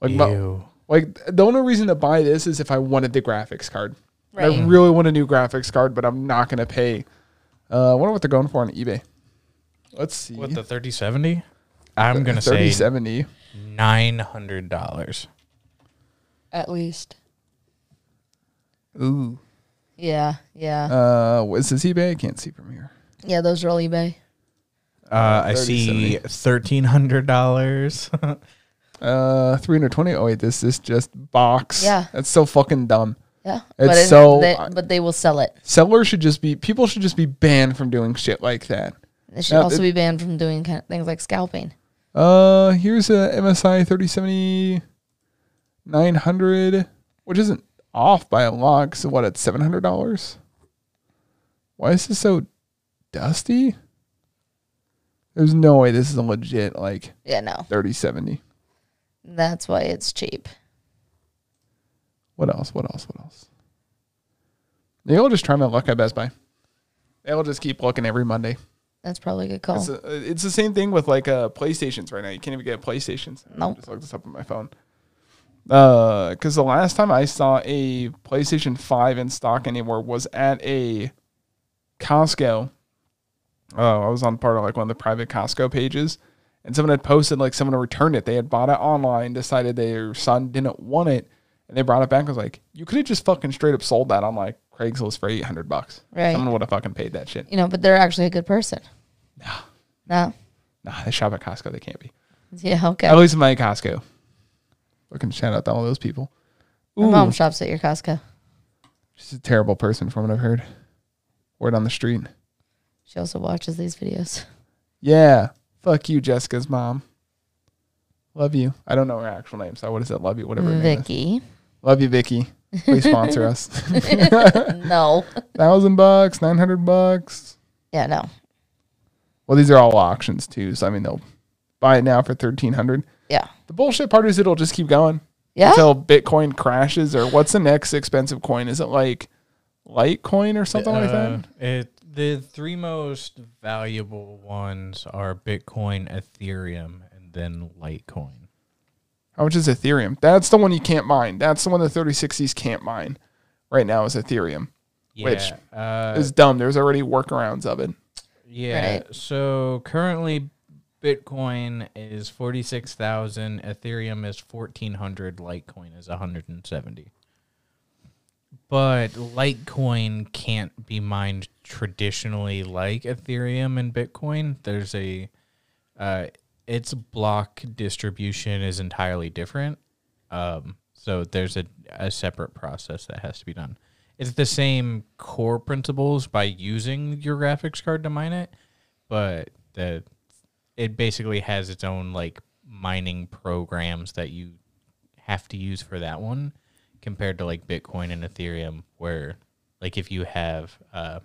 S1: Like, but-
S3: ew.
S1: like the only reason to buy this is if I wanted the graphics card. And I
S3: Hmm.
S2: Right.
S1: really want a new graphics card, but I'm not gonna pay. Uh, I wonder what they're going for on eBay. Let's see.
S3: What the thirty seventy? I'm gonna
S1: thirty
S3: say
S1: seventy.
S3: nine hundred dollars.
S2: At least.
S1: Ooh.
S2: Yeah. Yeah.
S1: Uh, what is this eBay? I can't see from here.
S2: yeah. Those are all eBay.
S3: Uh, I see thirteen hundred dollars.
S1: Uh, three hundred twenty. Oh wait, this is just box.
S2: Yeah.
S1: that's so fucking dumb.
S2: Yeah.
S1: It's
S2: but it-
S1: so-
S2: They, but they will sell it.
S1: Sellers should just be people should just be banned from doing shit like that.
S2: They should
S1: Now,
S2: also
S1: it-
S2: be banned from doing kind of things like scalping.
S1: Uh, here's a MSI 3070 900. which isn't off by a lot. So what? It's seven hundred dollars. Why is this so dusty? There's no way this is a legit like
S2: Yeah, no.
S1: thirty seventy.
S2: That's why it's cheap.
S1: What else? What else? What else? They'll just try my luck at Best Buy. They'll just keep looking every Monday.
S2: That's probably a good
S1: It's,
S2: call.
S1: uh, it's the same thing with like uh, PlayStations right now. You can't even get PlayStations. I
S2: Nope.
S1: just looked this up on my phone. Because the last time I saw a PlayStation 5 in stock anywhere was at a Costco. Oh, I was on part of like one of the private Costco pages. And someone had posted like someone had returned it. They had bought it online, decided their son didn't want it, and they brought it back. I was like, you could have just fucking straight up sold that on like Craigslist for eight hundred bucks.
S2: Right.
S1: Someone would have fucking paid that shit.
S2: You know, but they're actually a good person. No. No.
S1: Nah, they shop at Costco. They can't be.
S2: Yeah, okay.
S1: At least in my Costco. Fucking shout out to all those people.
S2: My mom shops at your Costco.
S1: She's a terrible person from what I've heard. Word on the street.
S2: She also watches these videos.
S1: Yeah. Fuck you, Jessica's mom. Love you. I don't know her actual name, so I would have said love you, whatever her name is.
S2: Vicky.
S1: Love you, Vicky. Please sponsor us.
S2: no.
S1: Thousand bucks, nine hundred bucks.
S2: Yeah, no.
S1: Well, these are all auctions too, so I mean they'll buy it now for thirteen hundred.
S2: Yeah.
S1: The bullshit part is it'll just keep going.
S2: Yeah.
S1: until Bitcoin crashes or what's the next expensive coin? Is it like Litecoin or something like
S3: Uh,
S1: that?
S3: it, the three most valuable ones are Bitcoin, Ethereum, and then Litecoin.
S1: How much is Ethereum? That's the one you can't mine. That's the one the 3060s can't mine right now is Ethereum. Which
S3: Which uh,
S1: It's dumb. There's already workarounds of it.
S3: Yeah.
S2: Right.
S3: So currently, Bitcoin is forty six thousand. Ethereum is fourteen hundred. Litecoin is one hundred and seventy. But Litecoin can't be mined traditionally like Ethereum and Bitcoin. There's a uh, its block distribution is entirely different. Um, so there's a, a separate process that has to be done. It's the same core principles by using your graphics card to mine it, but the it basically has its own like mining programs that you have to use for that one compared to like Bitcoin and Ethereum where like if you have uh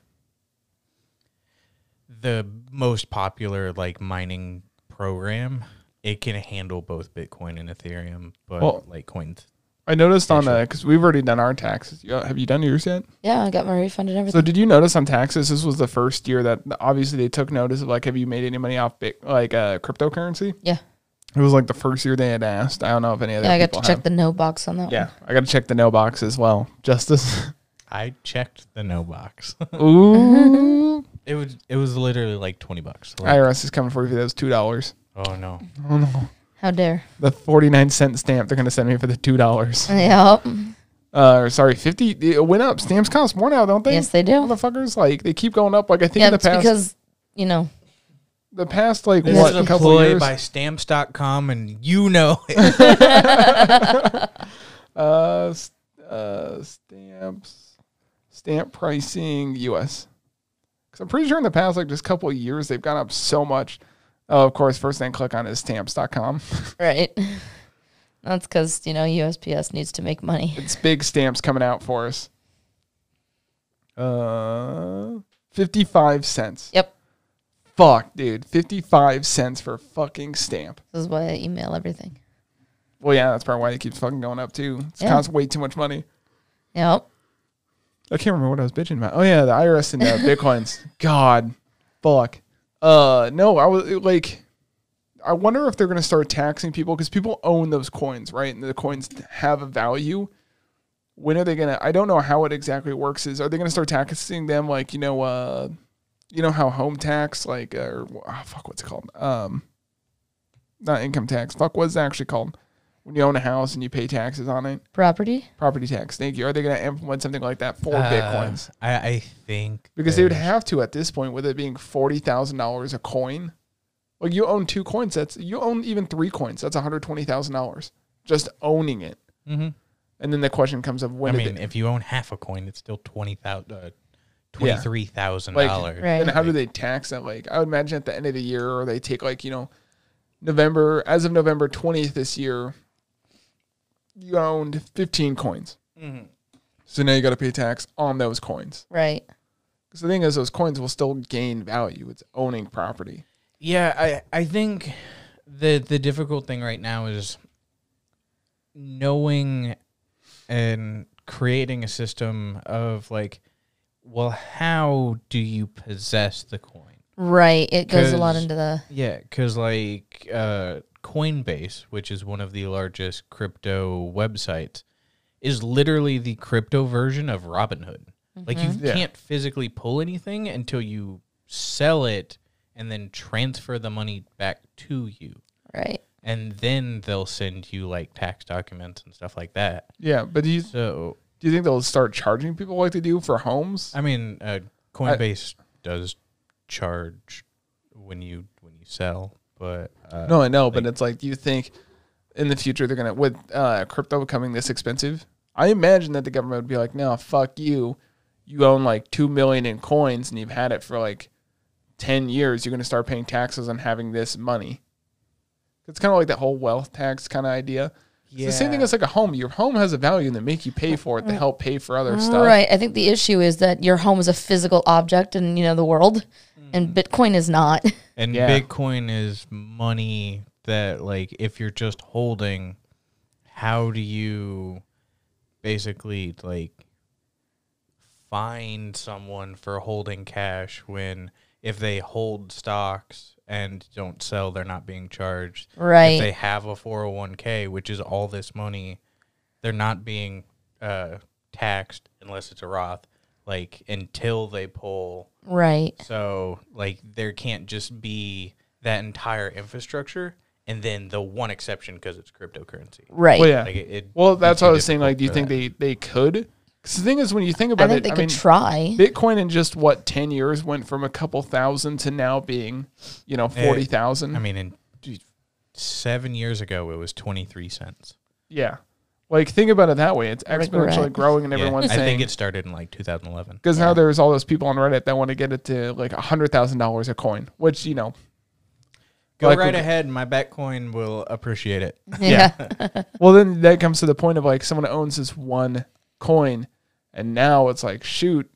S3: the most popular like mining program, it can handle both Bitcoin and Ethereum, but
S1: Well-
S3: Litecoin.
S1: I noticed on the because we've already done our taxes. You, have you done yours yet?
S2: Yeah, I got my refund and everything.
S1: So did you notice on taxes? This was the first year that obviously they took notice of like, have you made any money off bit, like uh, cryptocurrency?
S2: yeah.
S1: It was like the first year they had asked. I don't know if any other.
S2: Yeah, I got to
S1: people
S2: check
S1: have.
S2: the no box on that
S1: Yeah, I got to check the no box as well. Justice.
S3: I checked the no box.
S1: Ooh.
S3: it was it was literally like twenty bucks. Like,
S1: IRS is coming for you for those two dollars.
S3: oh no.
S2: one. How dare.
S1: The forty nine cent stamp they're gonna send me for the two dollars.
S2: Yep.
S1: Uh, or sorry, fifty. It went up. Stamps cost more now, don't they?
S2: Yes, they do.
S1: Motherfuckers, like they keep going up. Like I think
S2: Yeah,
S1: in the
S2: it's
S1: past,
S2: because, you know,
S1: the past like
S3: This
S1: what
S3: is a
S1: couple of
S3: ploy
S1: years.
S3: by stamps.com and you know it.
S1: uh, s- uh, stamps, stamp pricing, U.S. Because I'm pretty sure in the past like just couple of years they've gone up so much. Oh, of course, first thing I click on is stamps.com.
S2: right. That's because, you know, USPS needs to make money.
S1: It's big stamps coming out for us. Uh, 55 cents.
S2: Yep.
S1: Fuck, dude. 55 cents for a fucking stamp.
S2: This is why I email everything.
S1: Well, yeah, that's probably why it keeps fucking going up, too. It's
S2: Yeah.
S1: costs way too much money.
S2: Yep.
S1: I can't remember what I was bitching about. Oh, yeah, the IRS and uh, Bitcoins. God, fuck. Uh, no, I was it, like, I wonder if they're going to start taxing people because people own those coins, right? And the coins have a value. when are they gonna i don't know how it exactly works is are they gonna start taxing them like you know uh you know how home tax like uh, or wh- ah, fuck what's it called um not income tax fuck what's it actually called when you own a house and you pay taxes on it
S2: Property?
S1: property tax thank you are they gonna implement something like that for bitcoins
S3: Uh, I, I think
S1: because they would
S3: there's-
S1: have to at this point with it being $40000 a coin like you own two coins that's you own even three coins that's $120000 just owning it
S3: Mhm.
S1: and then the question comes of when
S3: I
S1: did
S3: mean,
S1: they-
S3: if you own half a coin, it's still twenty thousand uh,
S1: Yeah.
S3: twenty three thousand dollars.
S2: Right.
S1: And how do they tax that? Like, I would imagine at the end of the year, or they take like you know, November as of November twentieth this year, you owned fifteen coins. Mm-hmm. So now you got to pay tax on those coins.
S2: right?
S1: Because the thing is, those coins will still gain value. It's owning property.
S3: Yeah, I I think the the difficult thing right now is knowing and creating a system of like, well, how do you possess the coin?
S2: Right. It goes a lot
S3: 'Cause-
S2: into the
S3: Yeah, because like uh, Coinbase, which is one of the largest crypto websites, is literally the crypto version of Robinhood. Like you
S1: Yeah.
S3: can't physically pull anything until you sell it and then transfer the money back to you.
S2: right.
S3: And then they'll send you like tax documents and stuff like that.
S1: Yeah, but do you
S3: So,
S1: do you think they'll start charging people like they do for homes?
S3: I mean, uh, Coinbase does charge when you when you sell, but uh,
S1: No, I know, but it's like, do you think in the future they're gonna with uh, crypto becoming this expensive? I imagine that the government would be like, no, fuck you. You own like two million in coins and you've had it for like ten years. You're gonna start paying taxes on having this money. It's kind of like that whole wealth tax kind of idea. It's the same thing
S3: Yeah.
S1: as like a home. Your home has a value and they make you pay for it to help pay for other stuff.
S2: Right. I think the issue is that your home is a physical object in, you know, the world
S1: Hmm.
S2: and Bitcoin is not.
S3: And
S1: Yeah.
S3: Bitcoin is money that, like, if you're just holding, how do you basically, like, find someone for holding cash when if they hold stocks and don't sell, they're not being charged? If they
S2: Right.
S3: have a 401k, which is all this money, they're not being uh, taxed unless it's a Roth, like, until they pull.
S2: Right.
S3: So like there can't just be that entire infrastructure and then the one exception because it's cryptocurrency.
S2: Right.
S1: Well, yeah.
S3: Like it, it-
S1: Well, that's
S3: too
S1: what I was saying.
S3: difficult
S1: Like, do you
S3: for
S1: think
S3: that.
S1: they they could? Because the thing is, when you think
S2: I
S1: about
S2: think
S1: it,
S2: they
S1: I mean,
S2: could try.
S1: Bitcoin in just what ten years went from a couple thousand to now being, you know, forty thousand.
S3: I mean, in seven years ago, it was twenty three cents.
S1: yeah, like think about it that way. It's
S2: Regret.
S1: exponentially growing, and
S3: Yeah.
S1: everyone's
S3: I think
S1: saying
S3: it started in like 2011.
S1: because now there's all those people on Reddit that want to get it to like hundred thousand dollars a coin, which you know,
S3: Go
S1: Like-
S3: right ahead, my Bitcoin will appreciate it.
S2: Yeah.
S1: well, then that comes to the point of like someone owns this one coin, and now it's like, shoot,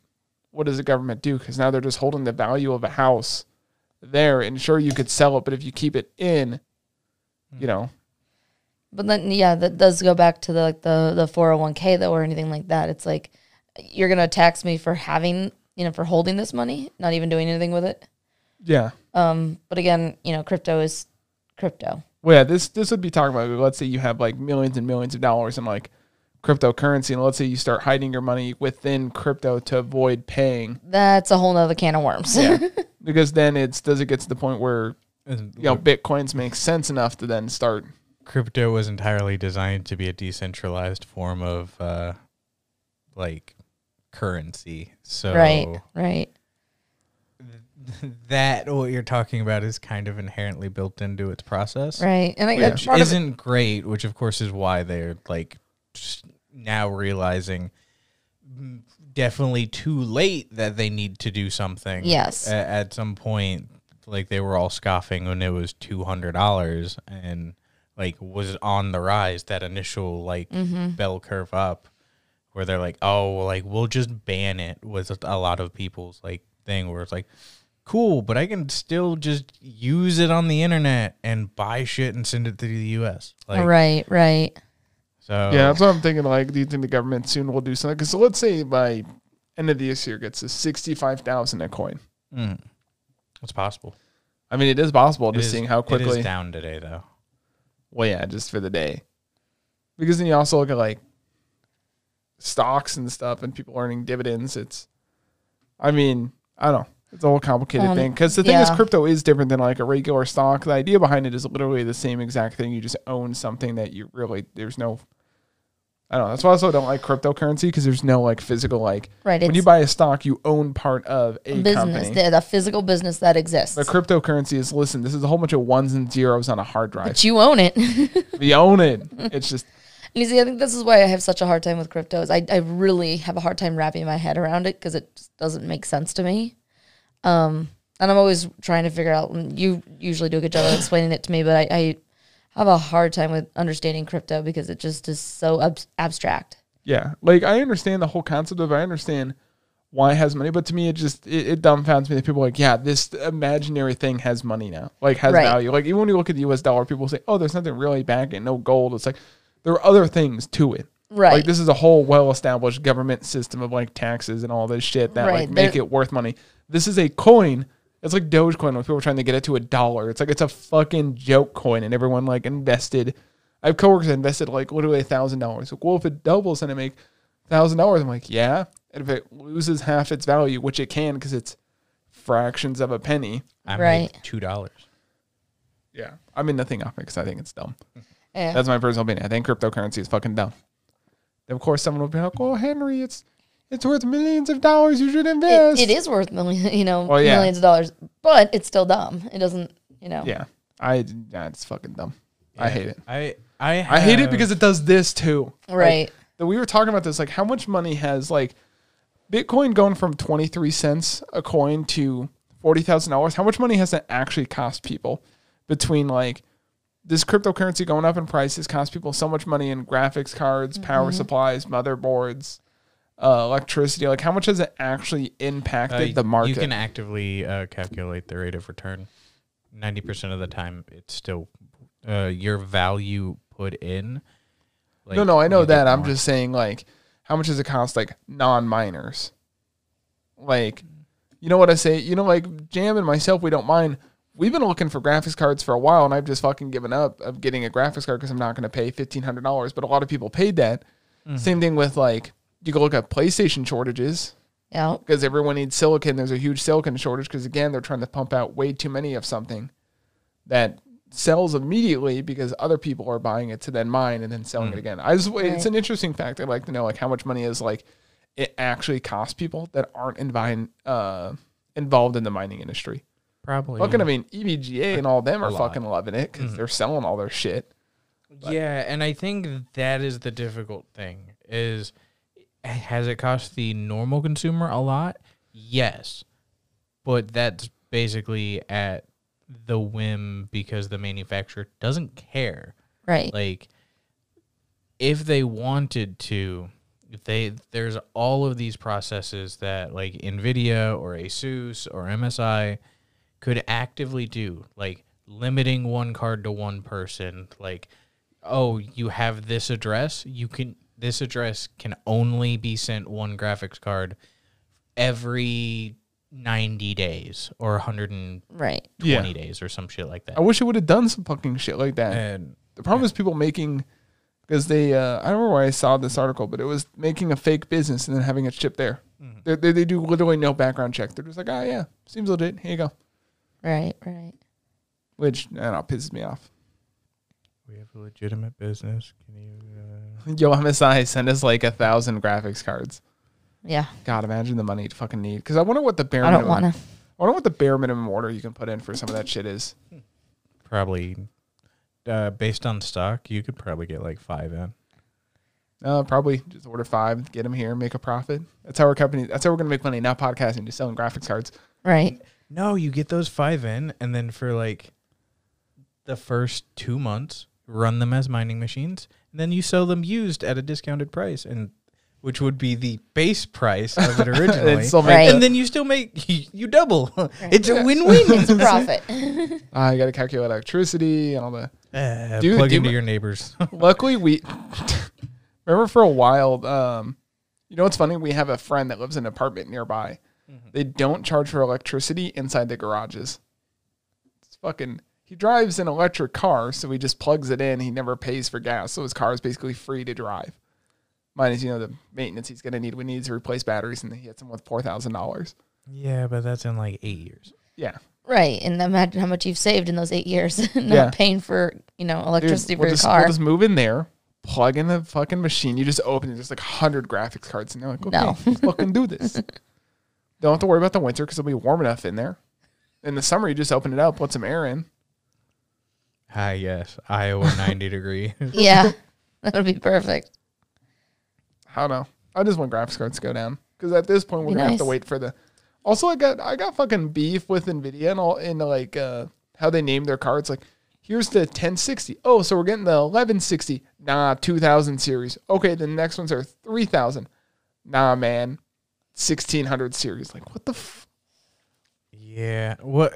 S1: what does the government do? Because now they're just holding the value of a house there, and sure you could sell it, but if you keep it in, you know,
S2: But then yeah, that does go back to the like the the 401k though or anything like that. It's like you're going to tax me for having, you know, for holding this money, not even doing anything with it.
S1: yeah.
S2: Um, but again, you know, crypto is crypto.
S1: Well, yeah, this this would be talking about. Let's say you have like millions and millions of dollars in like cryptocurrency, and let's say you start hiding your money within crypto to avoid paying,
S2: That's a whole nother can of worms.
S1: because then it's does it get to the point where
S3: And
S1: you know bitcoins make sense enough to then start?
S3: Crypto was entirely designed to be a decentralized form of uh, like currency. So
S2: Right, right.
S3: that what you're talking about is kind of inherently built into its process,
S2: Right. And I, that's
S3: which
S2: part of it.
S3: isn't great. Which of course is why they're like just now realizing mm, definitely too late that they need to do something.
S2: Yes.
S3: A- at, some point, like they were all scoffing when it was two hundred dollars and like was on the rise that initial like
S2: Mm-hmm.
S3: bell curve up where they're like, oh, well, like we'll just ban it was a lot of people's like thing where it's like, cool, but I can still just use it on the internet and buy shit and send it to the U.S. Like,
S2: right, right.
S3: so
S1: Yeah, that's what I'm thinking. Like, do you think the government soon will do something? Because let's say by end of this year gets to sixty five thousand a coin.
S3: mm, it's possible.
S1: I mean, it is possible.
S3: It
S1: Just
S3: is-
S1: seeing how
S3: it
S1: quickly
S3: is down today though.
S1: Well, yeah, just for the day. Because then you also look at like stocks and stuff and people earning dividends. It's, I mean, I don't know. It's a whole complicated
S2: Um,
S1: thing. Because the thing is,
S2: yeah.
S1: crypto is different than like a regular stock. The idea behind it is literally the same exact thing. You just own something that you really, there's no, I don't know. That's why I also don't like cryptocurrency because there's no like physical, like,
S2: Right,
S1: when you
S2: it's-
S1: buy a stock, you own part of a
S2: Business,
S1: company.
S2: the, the physical business that exists.
S1: but cryptocurrency is, listen, this is a whole bunch of ones and zeros on a hard drive.
S2: But you own it. and
S1: We own it. It's just,
S2: you see, I think this is why I have such a hard time with crypto. Is I, I really have a hard time wrapping my head around it because it just doesn't make sense to me. Um, and I'm always trying to figure out. And you usually do a good job of explaining it to me, but I, I have a hard time with understanding crypto because it just is so ab- abstract.
S1: Yeah, like I understand the whole concept of I understand why it has money, but to me it just it, it dumbfounds me that people are like yeah this imaginary thing has money now, like has
S2: Right.
S1: value. Like even when you look at the U.S. dollar, people say oh there's nothing really back it, no gold. It's like there are other things to it.
S2: Right.
S1: Like this is a whole well-established government system of like taxes and all this shit that like
S2: Right,
S1: make
S2: there-
S1: it worth money. This is a coin. It's like Dogecoin when people were trying to get it to a dollar. It's like it's a fucking joke coin, and everyone like invested. I have coworkers that invested like literally a thousand dollars. Like, well, if it doubles and I make thousand dollars, I'm like, yeah. And if it loses half its value, which it can because it's fractions of a penny,
S3: I
S2: Right.
S3: made two dollars.
S1: yeah, I mean nothing off it because I think it's dumb.
S2: Yeah.
S1: That's my personal opinion. I think cryptocurrency is fucking dumb. Of course, someone will be like, "Oh, Henry, it's it's worth millions of dollars. You should invest."
S2: It, it is worth million, you know,
S1: Well, yeah.
S2: millions of dollars, but it's still dumb. It doesn't, you know.
S1: Yeah, I yeah, it's fucking dumb. I hate it.
S3: I I
S1: I hate it
S3: have-
S1: because it does this too.
S2: Right.
S1: That we were talking about this. Like, how much money has like Bitcoin gone from twenty three cents a coin to forty thousand dollars? How much money has that actually cost people between like this cryptocurrency going up in price has cost people so much money in graphics cards, power supplies, motherboards, uh, electricity? Like, how much has it actually
S3: uh,
S1: impacted the market?
S3: You can actively uh, calculate the rate of return. Ninety percent of the time, it's still uh, your value put in.
S1: no, no, I know
S3: you get
S1: that. I'm
S3: more.
S1: just saying, like, how much does it cost, like, non miners? Like, you know what I say? You know, like, Jam and myself, we don't mind. We've been looking for graphics cards for a while, and I've just fucking given up of getting a graphics card because I'm not going to pay $1,500. But a lot of people paid that. Same thing with, like, you can look at PlayStation shortages
S2: Yeah.
S1: because everyone needs silicon. There's a huge silicon shortage because again, they're trying to pump out way too many of something that sells immediately because other people are buying it to then mine and then selling it again. I just it's
S2: Right.
S1: an interesting fact. I'd like to know like how much money is like it actually costs people that aren't invi- uh, involved in the mining industry.
S3: probably
S1: Fucking, I mean, E EVGA and all them are
S3: lot.
S1: fucking loving it because they're selling all their shit.
S3: Yeah, and I think that is the difficult thing is has it cost the normal consumer a lot? Yes. But that's basically at the whim because the manufacturer doesn't care.
S2: Right.
S3: Like if they wanted to, if they there's all of these processes that like Nvidia or ASUS or MSI could actively do, like limiting one card to one person, like oh, you have this address, you can this address can only be sent one graphics card every 90 days or 120
S2: right.
S1: Yeah.
S3: days or some shit like that.
S1: I wish it would have done some fucking shit like that.
S3: And
S1: The problem is people making because they uh, I don't remember where I saw this article, but it was making a fake business and then having it shipped there. They, they, they do literally no background check. They're just like, oh yeah, seems legit. Here you go.
S2: Right. Right.
S1: Which I don't know, pisses me off.
S3: we have a legitimate business. Can you uh...
S1: Yo, MSI send us like a thousand graphics cards.
S2: Yeah.
S1: God, imagine the money you'd fucking need. Because I wonder what the bare
S2: I don't
S1: minimum,
S2: want to.
S1: I wonder what the bare minimum order you can put in for some of that shit is.
S3: probably uh, based on stock, you could probably get like five in.
S1: Uh, probably just order five, get them here, make a profit. That's how our company. That's how we're gonna make money. Not podcasting, just selling graphics cards.
S2: Right.
S3: No, you get those five in, and then for like the first two months, run them as mining machines, and then you sell them used at a discounted price, and which would be the base price of it originally.
S1: It's still
S2: Right.
S1: making-
S3: And then you still make you, you double. It's a win-win.
S2: It's a profit.
S1: Uh, you got to calculate electricity and all the
S3: Uh,
S1: Dude,
S3: plug
S1: do
S3: into
S1: you-
S3: your neighbors.
S1: Luckily, we remember for a while. Um, you know what's funny? We have a friend that lives in an apartment nearby. They don't charge for electricity inside the garages. It's fucking. He drives an electric car, so he just plugs it in. He never pays for gas, so his car is basically free to drive. Minus, you know, the maintenance he's gonna need. We need to replace batteries, and he hits him with four thousand dollars.
S3: yeah, but that's in like eight years.
S1: Yeah,
S2: right. And imagine how much you've saved in those eight years, not
S1: Yeah.
S2: paying for you know
S1: Dude,
S2: electricity for
S1: we'll
S2: your
S1: just,
S2: car.
S1: We'll just move in there, plug in the fucking machine. You just open it. There's like hundred graphics cards, and they're like, okay,
S2: No.
S1: let's fucking do this. Don't have to worry about the winter because it'll be warm enough in there. In the summer, you just open it up, let some air in.
S3: Ah, yes, Iowa ninety degree.
S2: yeah, that would be perfect.
S1: I don't know. I just want graphics cards to go down because at this point we're
S2: Be
S1: gonna have to
S2: nice.
S1: wait for the. Also, I got I got fucking beef with Nvidia and all in like uh, how they name their cards. Like, Here's the 1060. Oh, so we're getting the 1160. Nah, 2000 series. Okay, the next ones are 3000. Nah, man. 1600 series. Like, what the f?
S3: Yeah. What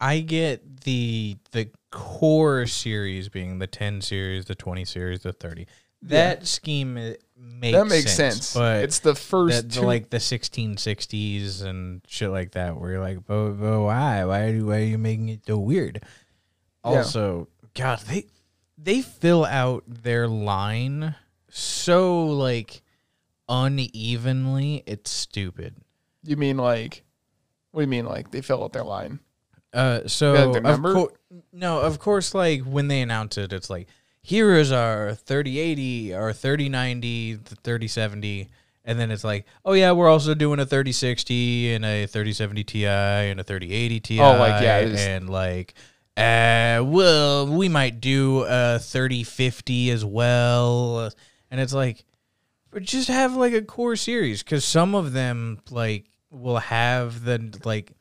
S3: I get the the core series being the 10 series, the 20 series, the 30. That scheme i- makes
S1: that makes sense.
S3: But
S1: it's the first
S3: that,
S1: two.
S3: the, like the 1660s and shit like that where you're like, "But, but why? Why do why are you making it so weird?" Also, god, they they fill out their line so like unevenly. It's stupid.
S1: you mean like, what do you mean like they fill out their line?
S3: Uh, so
S1: Yeah, the
S3: of
S1: number?
S3: course, no, of course, like when they announce it, it's like here is our 3080, our 3090, the 3070, and then it's like, oh yeah, we're also doing a 3060 and a 3070 Ti and a 3080 Ti.
S1: Oh, like, yeah, it is-
S3: and like. Uh, well, we might do a 3050 as well. And it's like, but just have like a core series because some of them like will have the like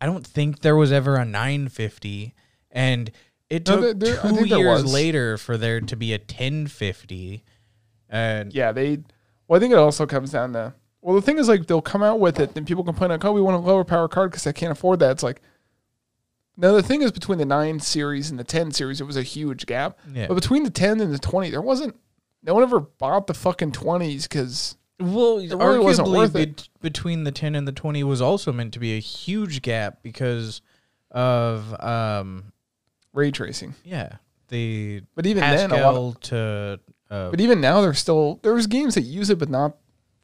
S3: I don't think there was ever a 950, and it
S1: No,
S3: took
S1: there- there- I
S3: two
S1: think there
S3: years
S1: was.
S3: later for there to be a 1050. And
S1: Yeah, they. Well, I think it also comes down to. Well, the thing is, like, they'll come out with it, and people complain, like, oh, we want a lower power card because I can't afford that. It's like, now the thing is, between the 9 series and the 10 series, it was a huge gap.
S3: Yeah.
S1: But between the 10 and the 20, there wasn't. No one ever bought the fucking 20s because.
S3: well,
S1: really wasn't
S3: arguably
S1: worth
S3: be-
S1: it.
S3: between the 10 and the 20 was also meant to be a huge gap because of um
S1: Ray tracing,
S3: yeah the
S1: but even then, a lot. Of,
S3: Pascal to uh,
S1: but even now, there's still there's games that use it, but not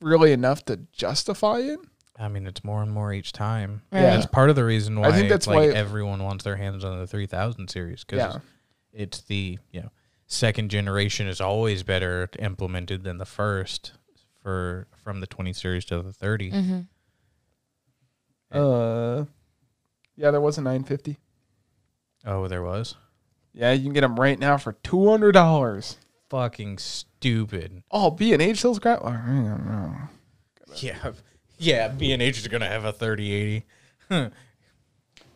S1: really enough to justify it.
S3: I mean it's more and more each time.
S2: Right.
S1: Yeah.
S3: That's part of the reason why
S1: I think that's
S3: like
S1: why-
S3: everyone wants their hands on the 3000 series because
S1: Yeah.
S3: it's the you know second generation is always better implemented than the first for from the 20 series to the 30. Yeah.
S1: Uh, yeah, there was a 950.
S3: Oh, there was
S1: Yeah, you can get them right now for two hundred dollars.
S3: fucking stupid.
S1: Oh, B and H sales grab. Oh, I don't know.
S3: Yeah, yeah. B and H is gonna have a 3080.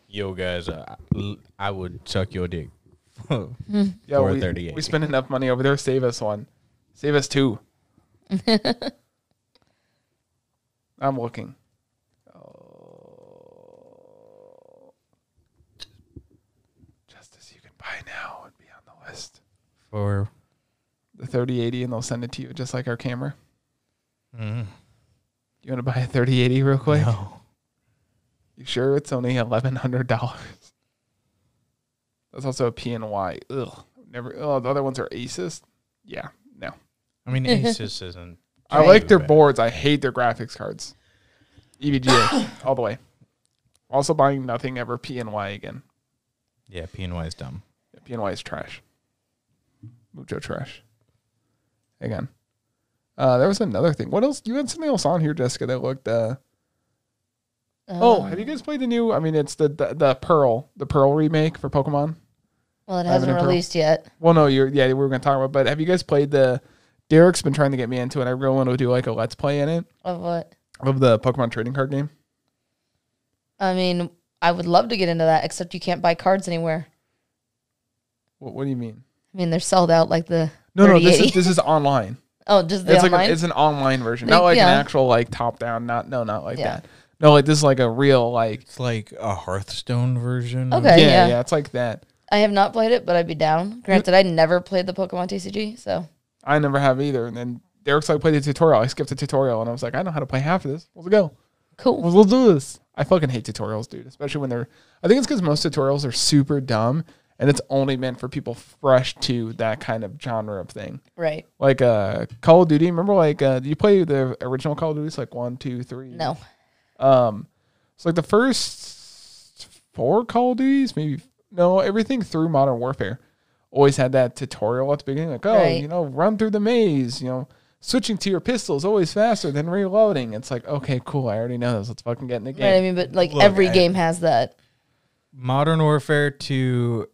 S3: Yo, guys, uh, I- I would suck your dick.
S1: Yeah,
S3: Or a
S1: we,
S3: 3080.
S1: we spend enough money over there. Save us one. Save us two. I'm looking. Oh. Justice, you can buy now and be on the list.
S3: for
S1: The 3080, and they'll send it to you just like our camera.
S3: mm,
S1: You want to buy a 3080 real quick?
S3: no.
S1: You sure it's only eleven hundred dollars? That's also a PNY. Ugh. Never. Oh, the other ones are Asus. Yeah. No.
S3: I mean, Asus isn't.
S1: I like their
S3: too bad.
S1: boards. I hate their graphics cards. E EVGA all the way. Also buying nothing ever PNY again.
S3: Yeah, PNY is dumb.
S1: Yeah, PNY is trash. Mucho trash. Hang on. Uh, there was another thing. What else? You had something else on here, Jessica, that looked. Uh, oh, have you guys played the new? I mean, it's the, the the Pearl, the Pearl remake for Pokemon.
S2: Well, it
S1: I have an
S2: hasn't
S1: intro.
S2: released yet.
S1: Well, no, you're yeah, we were gonna talk about. But have you guys played the? Derek's been trying to get me into it. I really want to do like a let's play in it
S2: Of what?
S1: of the Pokemon trading card game.
S2: I mean, I would love to get into that, except you can't buy cards anywhere.
S1: What, what do you mean?
S2: I mean, they're sold out like the
S1: No, no, this
S2: 3080.
S1: is this is online.
S2: oh, just the
S1: it's
S2: online.
S1: like a, it's an online version,
S2: Like,
S1: not like
S2: yeah.
S1: an actual like top down. Not no, not like
S2: Yeah.
S1: that. No, like this is like a real like
S3: It's like a Hearthstone version. of-
S1: yeah,
S2: Okay.
S1: yeah,
S2: Uh, yeah.
S1: It's like that.
S2: I have not played it, but I'd be down. Granted, I never played the Pokemon TCG, so
S1: I never have either. And then Derek's like played the tutorial. I skipped the tutorial and I was like, I know how to play half of this. Let's go.
S2: cool.
S1: Let's do this. I fucking hate tutorials, dude. Especially when they're. I think it's because most tutorials are super dumb, and it's only meant for people fresh to that kind of genre of thing.
S2: Right?
S1: Like uh, Call of Duty. Remember, like, uh, do you play the original Call of Duty? It's like one, two, three.
S2: No.
S1: Um, so like the first four Call of Duties, maybe no, everything through Modern Warfare, always had that tutorial at the beginning, like oh,
S2: Right.
S1: you know, run through the maze, you know, switching to your pistol is always faster than reloading. It's like okay, cool, I already know this. Let's fucking get in the
S2: Right? I
S1: game.
S2: mean, but like
S3: Look,
S2: every
S3: I-
S2: game has that.
S3: Modern Warfare to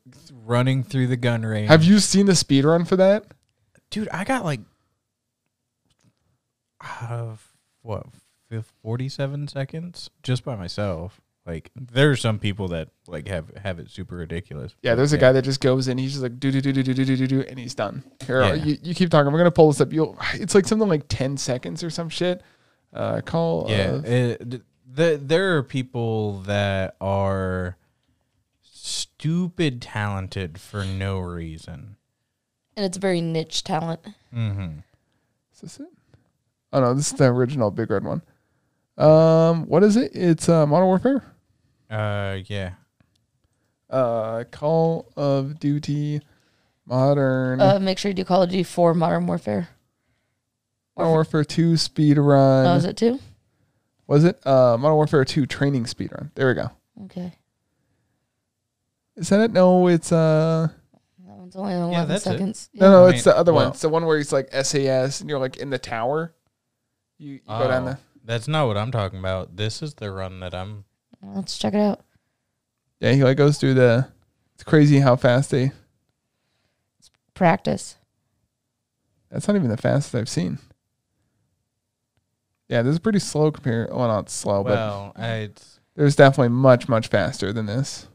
S3: running through the gun range.
S1: Have you seen the speed run for that?
S3: dude? I got like out of what fif- forty-seven seconds just by myself. Like there are some people that like have have it super ridiculous.
S1: Yeah, there's a
S3: Yeah.
S1: guy that just goes in. He's just like do do do do do do do do do, and he's done. Here,
S3: Yeah.
S1: you, you keep talking. We're gonna pull this up. You'll. It's like something like ten seconds or some shit. Uh, call.
S3: Yeah,
S1: Uh,
S3: it- th- th- there are people that are stupid talented for no reason.
S2: and it's very niche talent.
S3: Mm-hmm.
S1: is this it? Oh no, this is the original Big Red one. Um, what is it? It's uh, Modern Warfare.
S3: Uh, yeah.
S1: Uh, Call of Duty, Modern
S2: Uh, make sure you do Call of Duty 4 Modern Warfare.
S1: Modern Warfare Two speed run.
S2: Oh, is it two?
S1: Was it uh, Modern Warfare Two training speed run? There we go.
S2: Okay.
S1: Is that it? No, it's uh.
S2: That one's only 11
S3: that's it.
S2: seconds.
S1: No, no,
S3: I
S1: it's
S3: mean,
S1: the other one.
S3: well-
S1: It's the one where it's like SAS, and you're like in the tower. You, you go down
S3: Oh,
S1: the.
S3: That's not what I'm talking about. This is the run that I'm.
S2: Yeah. Let's check it out.
S1: Yeah, he like goes through the. It's crazy how fast they.
S2: Practice.
S1: That's not even the fastest I've seen. Yeah, this is pretty slow compared. Well, not slow, Oh, but
S3: Well, I, it's
S1: there's definitely much much faster than this.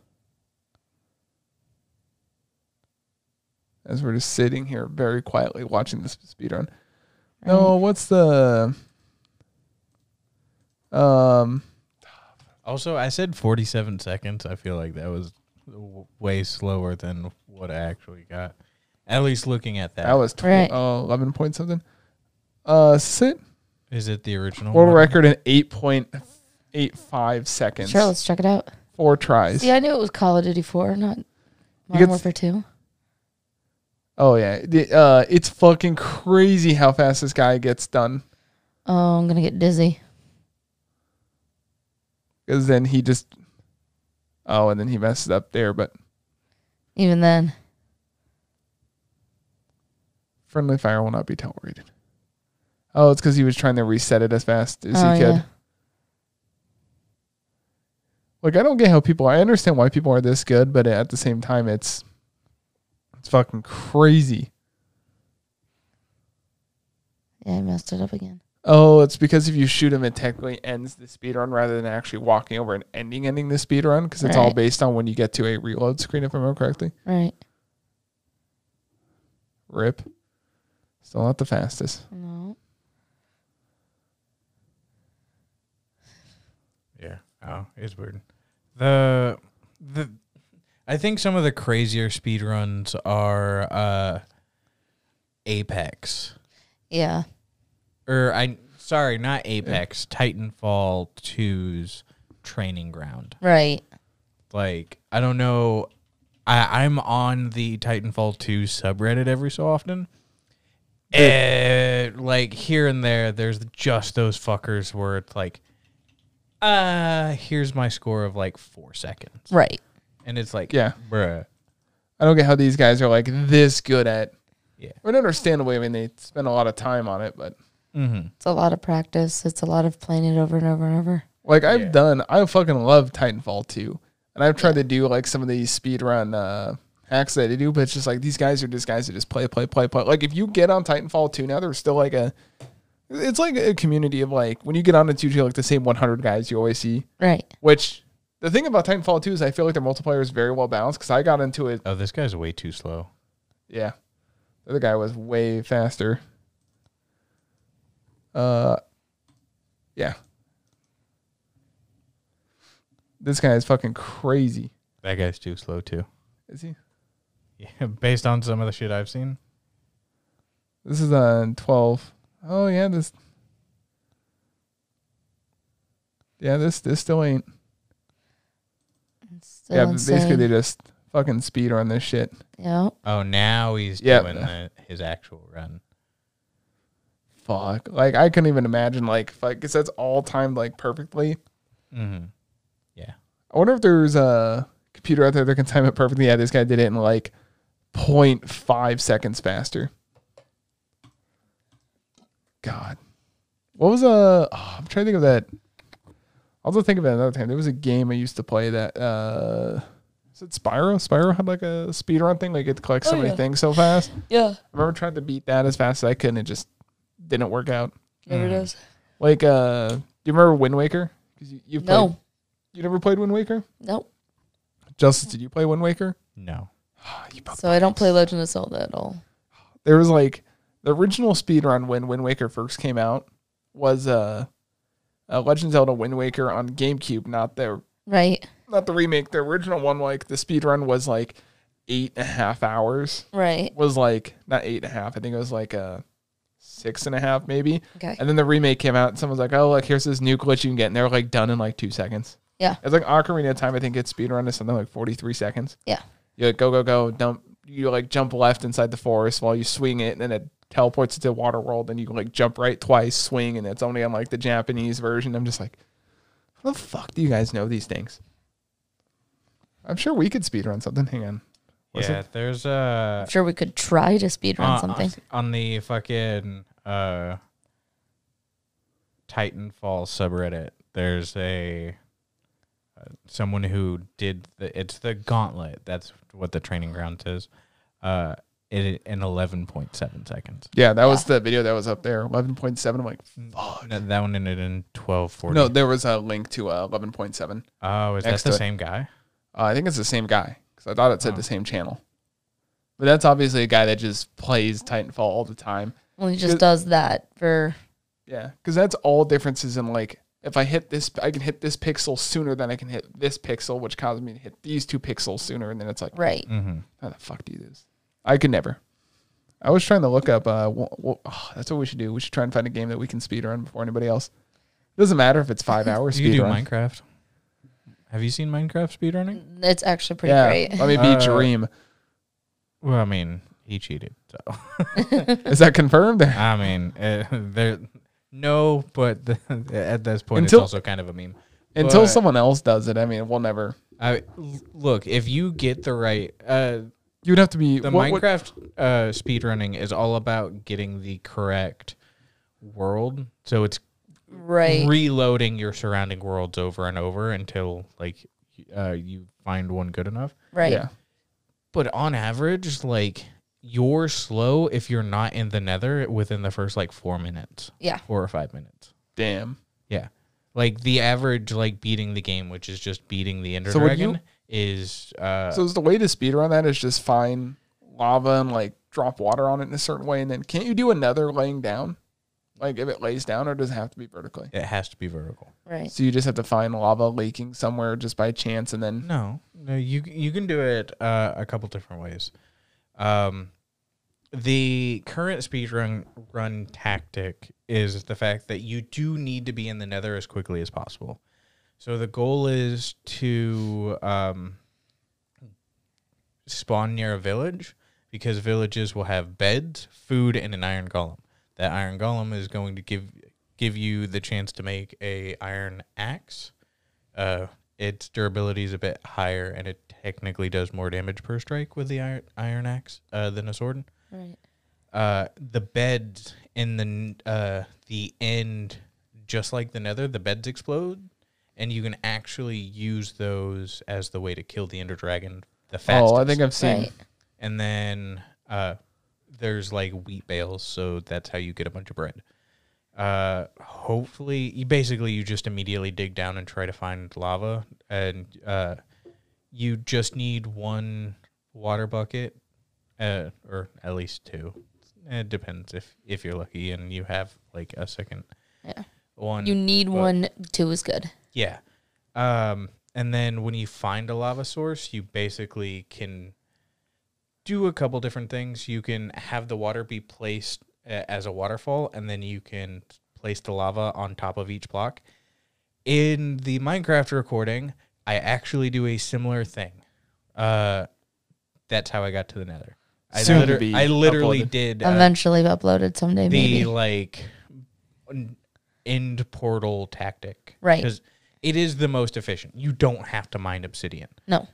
S1: As we're just sitting here very quietly watching this speed run. No, what's the. Um.
S3: also I said 47 seconds. I feel like that was w- way slower than what I actually got. At least looking at that,
S1: That was tw-
S2: Right.
S1: oh, 11 point something. Uh, sit
S3: is it the original
S1: world
S3: one?
S1: record in 8.85 seconds.
S2: Sure, let's check it out.
S1: Four tries.
S2: Yeah, I knew it was Call of Duty 4, not
S1: gets-
S2: Modern Warfare 2.
S1: Oh, yeah. The- uh, it's fucking crazy how fast this guy gets done.
S2: Oh, I'm going to get dizzy.
S1: Because then he just. Oh, and then he messes up there. But
S2: Even then.
S1: friendly fire will not be tolerated. Oh, it's because he was trying to reset it as fast as
S2: oh,
S1: he could. Like, I don't get how people. I understand why people are this good, but at the same time, it's it's fucking crazy.
S2: Yeah, I messed it up again.
S1: Oh, it's because if you shoot him, it technically ends the speed run rather than actually walking over and ending ending the speed run because it's all
S2: Right.
S1: based on when you get to a reload screen, if I remember correctly.
S2: Right.
S1: Rip. Still not the fastest.
S2: No.
S3: Yeah. Oh, it's weird. The the I think some of the crazier speed runs are uh Apex.
S2: Yeah.
S3: Or I sorry, not Apex, Titanfall 2's training ground.
S2: Right.
S3: Like, I don't know I I'm on the Titanfall 2 subreddit every so often. And like here and there there's just those fuckers where it's like uh here's my score of like 4 seconds.
S2: Right.
S3: And it's like,
S1: Yeah.
S3: bruh.
S1: I don't get how these guys are like this good at.
S3: Yeah.
S1: Well, understandably, I mean, they spend a lot of time on it, but
S3: Mm-hmm.
S2: It's a lot of practice. It's a lot of playing it over and over and over.
S1: like I've
S3: Yeah.
S1: done, I fucking love Titanfall 2. And I've tried to do like some of these speed run uh, hacks that they do, but it's just like these guys are just guys that just play, play, play, play. Like if you get on Titanfall 2 now, there's still like a. It's like a community of like when you get on, it's usually like the same 100 guys you always see.
S2: Right.
S1: Which the thing about Titanfall 2 is I feel like their multiplayer is very well balanced because I got into it.
S3: Oh, this guy's way too slow.
S1: Yeah. The other guy was way faster. Uh yeah. This guy is fucking crazy.
S3: That guy's too slow too.
S1: Is he?
S3: Yeah, based on some of the shit I've seen.
S1: This is on twelve. Oh yeah, this Yeah, this this still ain't
S2: It's still
S1: Yeah,
S2: yeah,
S1: but
S2: insane.
S1: basically they just fucking speed run this shit.
S2: yeah.
S3: Oh, now he's
S1: Yeah.
S3: doing the, his actual run.
S1: Fuck. Like I couldn't even imagine like like cause that's all timed like perfectly.
S3: Mm-hmm. Yeah.
S1: I wonder if there's a computer out there that can time it perfectly. Yeah, this guy did it in like 0.5 seconds faster. God. What was a? Oh, I'm trying to think of that. I'll just think of it another time. There was a game I used to play that uh is it Spyro? Spyro had like a speedrun thing, like it collects so
S2: Oh,
S1: many
S2: yeah.
S1: things so fast.
S2: Yeah.
S1: I remember trying to beat that as fast as I could and it just didn't work out.
S2: Never
S3: Mhm.
S2: does.
S1: Like uh do you remember Wind Waker? Because you, you've played
S2: No.
S1: You never played Wind Waker?
S2: Nope.
S1: Justice, did you play Wind Waker?
S3: No.
S1: You both-
S2: So I don't play Legend of Zelda at all.
S1: There was like the original speedrun when Wind Waker first came out was uh, uh Legend of Zelda Wind Waker on GameCube, not the
S2: Right.
S1: not the remake. The original one, like the speedrun was like eight and a half hours.
S2: Right.
S1: Was like not eight and a half, I think it was like uh six and a half maybe.
S2: Okay.
S1: And then the remake came out, and someone's like, "Oh, look, here's this new glitch you can get," and they're like done in like two seconds.
S2: Yeah.
S1: it's like Ocarina of Time. I think its speedrun is something like forty three seconds.
S2: Yeah.
S1: you like go go go dump. You like jump left inside the forest while you swing it, and then it teleports it to water world. And you like jump right twice, swing, and it's only on like the Japanese version. I'm just like, how the fuck do you guys know these things? I'm sure we could speedrun something. Hang on. What's
S3: yeah, there's uh,
S2: I'm sure we could try to speedrun
S3: uh,
S2: something.
S3: on the fucking uh Titanfall subreddit. There's a uh, someone who did the it's the gauntlet. That's what the training ground is. Uh it in 11.7 seconds.
S1: Yeah, that was the video that was up there. Eleven point seven. I'm like,
S3: No, that one ended in 12:40.
S1: no, there was a link to uh, eleven point seven.
S3: oh, is
S1: next
S3: that
S1: to
S3: the
S1: it.
S3: same guy?
S1: Uh, I think it's the same guy because I thought it
S3: Oh.
S1: said the same channel. But that's obviously a guy that just plays Titanfall all the time.
S2: Well, he
S1: Good.
S2: just does that for
S1: Yeah, because that's all differences in like if I hit this, I can hit this pixel sooner than I can hit this pixel, which causes me to hit these two pixels sooner. And then it's like,
S2: right.
S3: Mm-hmm.
S1: how the fuck do you do this? I could never. I was trying to look up. Uh, wha- wha- oh, that's what we should do. We should try and find a game that we can speedrun before anybody else. It doesn't matter if it's five hours.
S3: You do
S1: speedrun.
S3: Minecraft. Have you seen Minecraft speedrunning?
S2: It's actually pretty
S1: Yeah,
S2: great.
S1: let me be
S3: Uh,
S1: Dream.
S3: Well, I mean, he cheated. So.
S1: Is that confirmed?
S3: I mean, uh, there no, but the, at this point
S1: Until-
S3: it's also kind of a meme.
S1: Until
S3: But
S1: someone else does it, I mean, we'll never.
S3: I look, if you get the right uh
S1: You'd have to be
S3: the
S1: what- what-
S3: Minecraft uh speedrunning is all about getting the correct world. So it's
S2: Right.
S3: reloading your surrounding worlds over and over until like uh you find one good enough.
S2: right.
S1: Yeah.
S3: But on average, like you're slow if you're not in the nether within the first like 4 minutes.
S2: Yeah.
S3: 4 or 5 minutes.
S1: Damn.
S3: Yeah. Like the average like beating the game, which is just beating the Ender
S1: So would
S3: Dragon,
S1: you-
S3: is uh
S1: so is the way to speedrun that is just find lava and like drop water on it in a certain way, and then can't you do another laying down? Like if it lays down, or does it have to be vertically?
S3: it has to be vertical.
S2: Right.
S1: So you just have to find lava leaking somewhere just by chance, and then
S3: No. No, you you can do it uh, a couple different ways. Um the current speedrun run tactic is the fact that you do need to be in the nether as quickly as possible. So the goal is to um, spawn near a village because villages will have beds, food, and an iron golem. That iron golem is going to give give you the chance to make a iron axe. Uh, its durability is a bit higher, and it technically does more damage per strike with the iron iron axe uh, than a sword
S2: Right.
S3: uh, the beds in the n- uh, the end, just like the Nether, the beds explode, and you can actually use those as the way to kill the Ender Dragon the fastest.
S1: oh, I think I've seen.
S2: Right.
S3: and then uh, there's like wheat bales, so that's how you get a bunch of bread. Uh, hopefully, you basically you just immediately dig down and try to find lava, and uh, you just need one water bucket, uh, or at least two. It depends if if you're lucky and you have like a second
S2: Yeah.
S3: one.
S2: You need
S3: but-
S2: one. Two is good.
S3: yeah. Um, and then when you find a lava source, you basically can do a couple different things. You can have the water be placed uh, as a waterfall, and then you can place the lava on top of each block. In the Minecraft recording, I actually do a similar thing. Uh, that's how I got to the nether. I,
S1: Soon to
S3: liter-
S1: be
S3: I literally
S1: uploaded.
S3: did uh,
S2: Eventually uploaded someday,
S3: the
S2: maybe.
S3: like n- end portal tactic.
S2: Right.
S3: Because it is the most efficient. You don't have to mine obsidian.
S2: No.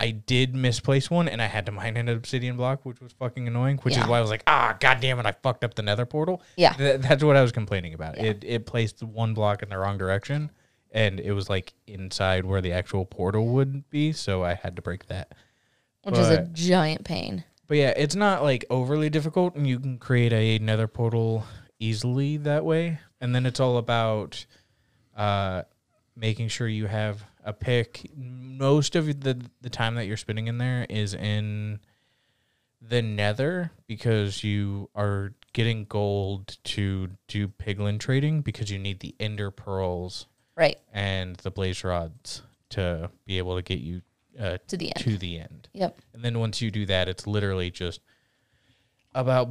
S3: I did misplace one and I had to mine an obsidian block, which was fucking annoying, which
S2: Yeah.
S3: is why I was like, ah, goddamn it, I fucked up the nether portal.
S2: Yeah.
S3: Th- that's what I was complaining about. It, it placed one block in the wrong direction and it was like inside where the actual portal would be. So I had to break that.
S2: Which is a
S3: but-
S2: giant pain.
S3: But yeah, it's not like overly difficult, and you can create a nether portal easily that way. And then it's all about uh, making sure you have a pick. Most of the the time that you're spending in there is in the Nether because you are getting gold to do piglin trading because you need the Ender pearls
S2: Right.
S3: and the blaze rods to be able to get you uh,
S2: To the end.
S3: to the end.
S2: Yep.
S3: And then once you do that, it's literally just about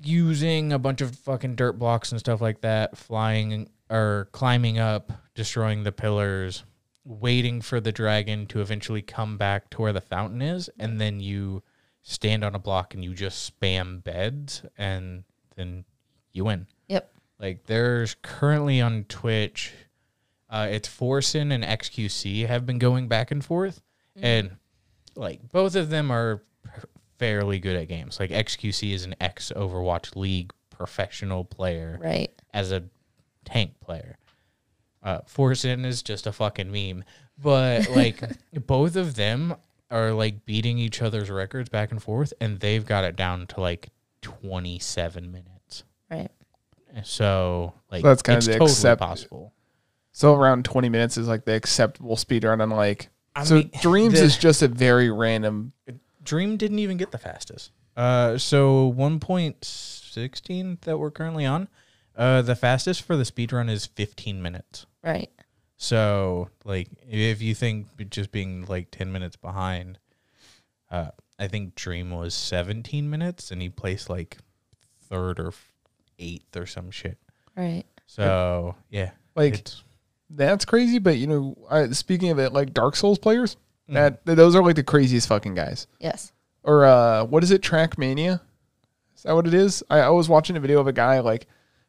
S3: using a bunch of fucking dirt blocks and stuff like that, flying or climbing up, destroying the pillars, waiting for the dragon to eventually come back to where the fountain is, and then you stand on a block and you just spam beds and then you win.
S2: Yep.
S3: Like there's currently on Twitch, uh, it's Forsin and XQC have been going back and forth, and like both of them are p- fairly good at games. Like XQC is an ex Overwatch League professional player
S2: Right.
S3: as a tank player. Uh, Forsin is just a fucking meme, but like both of them are like beating each other's records back and forth, and they've got it down to like 27 minutes.
S2: Right.
S3: So like
S1: So that's kind of
S3: it's
S1: the
S3: totally
S1: accept-
S3: possible.
S1: So around 20 minutes is like the acceptable speed run. on like,
S3: I
S1: so
S3: mean,
S1: dreams
S3: the-
S1: is just a very random.
S3: Dream didn't even get the fastest. Uh, so 1.16 that we're currently on, uh, the fastest for the speed run is 15 minutes.
S2: Right.
S3: So like if you think just being like 10 minutes behind, uh, I think Dream was 17 minutes and he placed like third or f- eighth or some shit.
S2: Right.
S3: So yeah,
S1: Like,
S3: it's-
S1: That's crazy, but you know, I, speaking of it, like Dark Souls players, that
S3: Mm.
S1: those are like the craziest fucking guys.
S2: Yes.
S1: Or uh, what is it? Trackmania? Is that what it is? I, I was watching a video of a guy like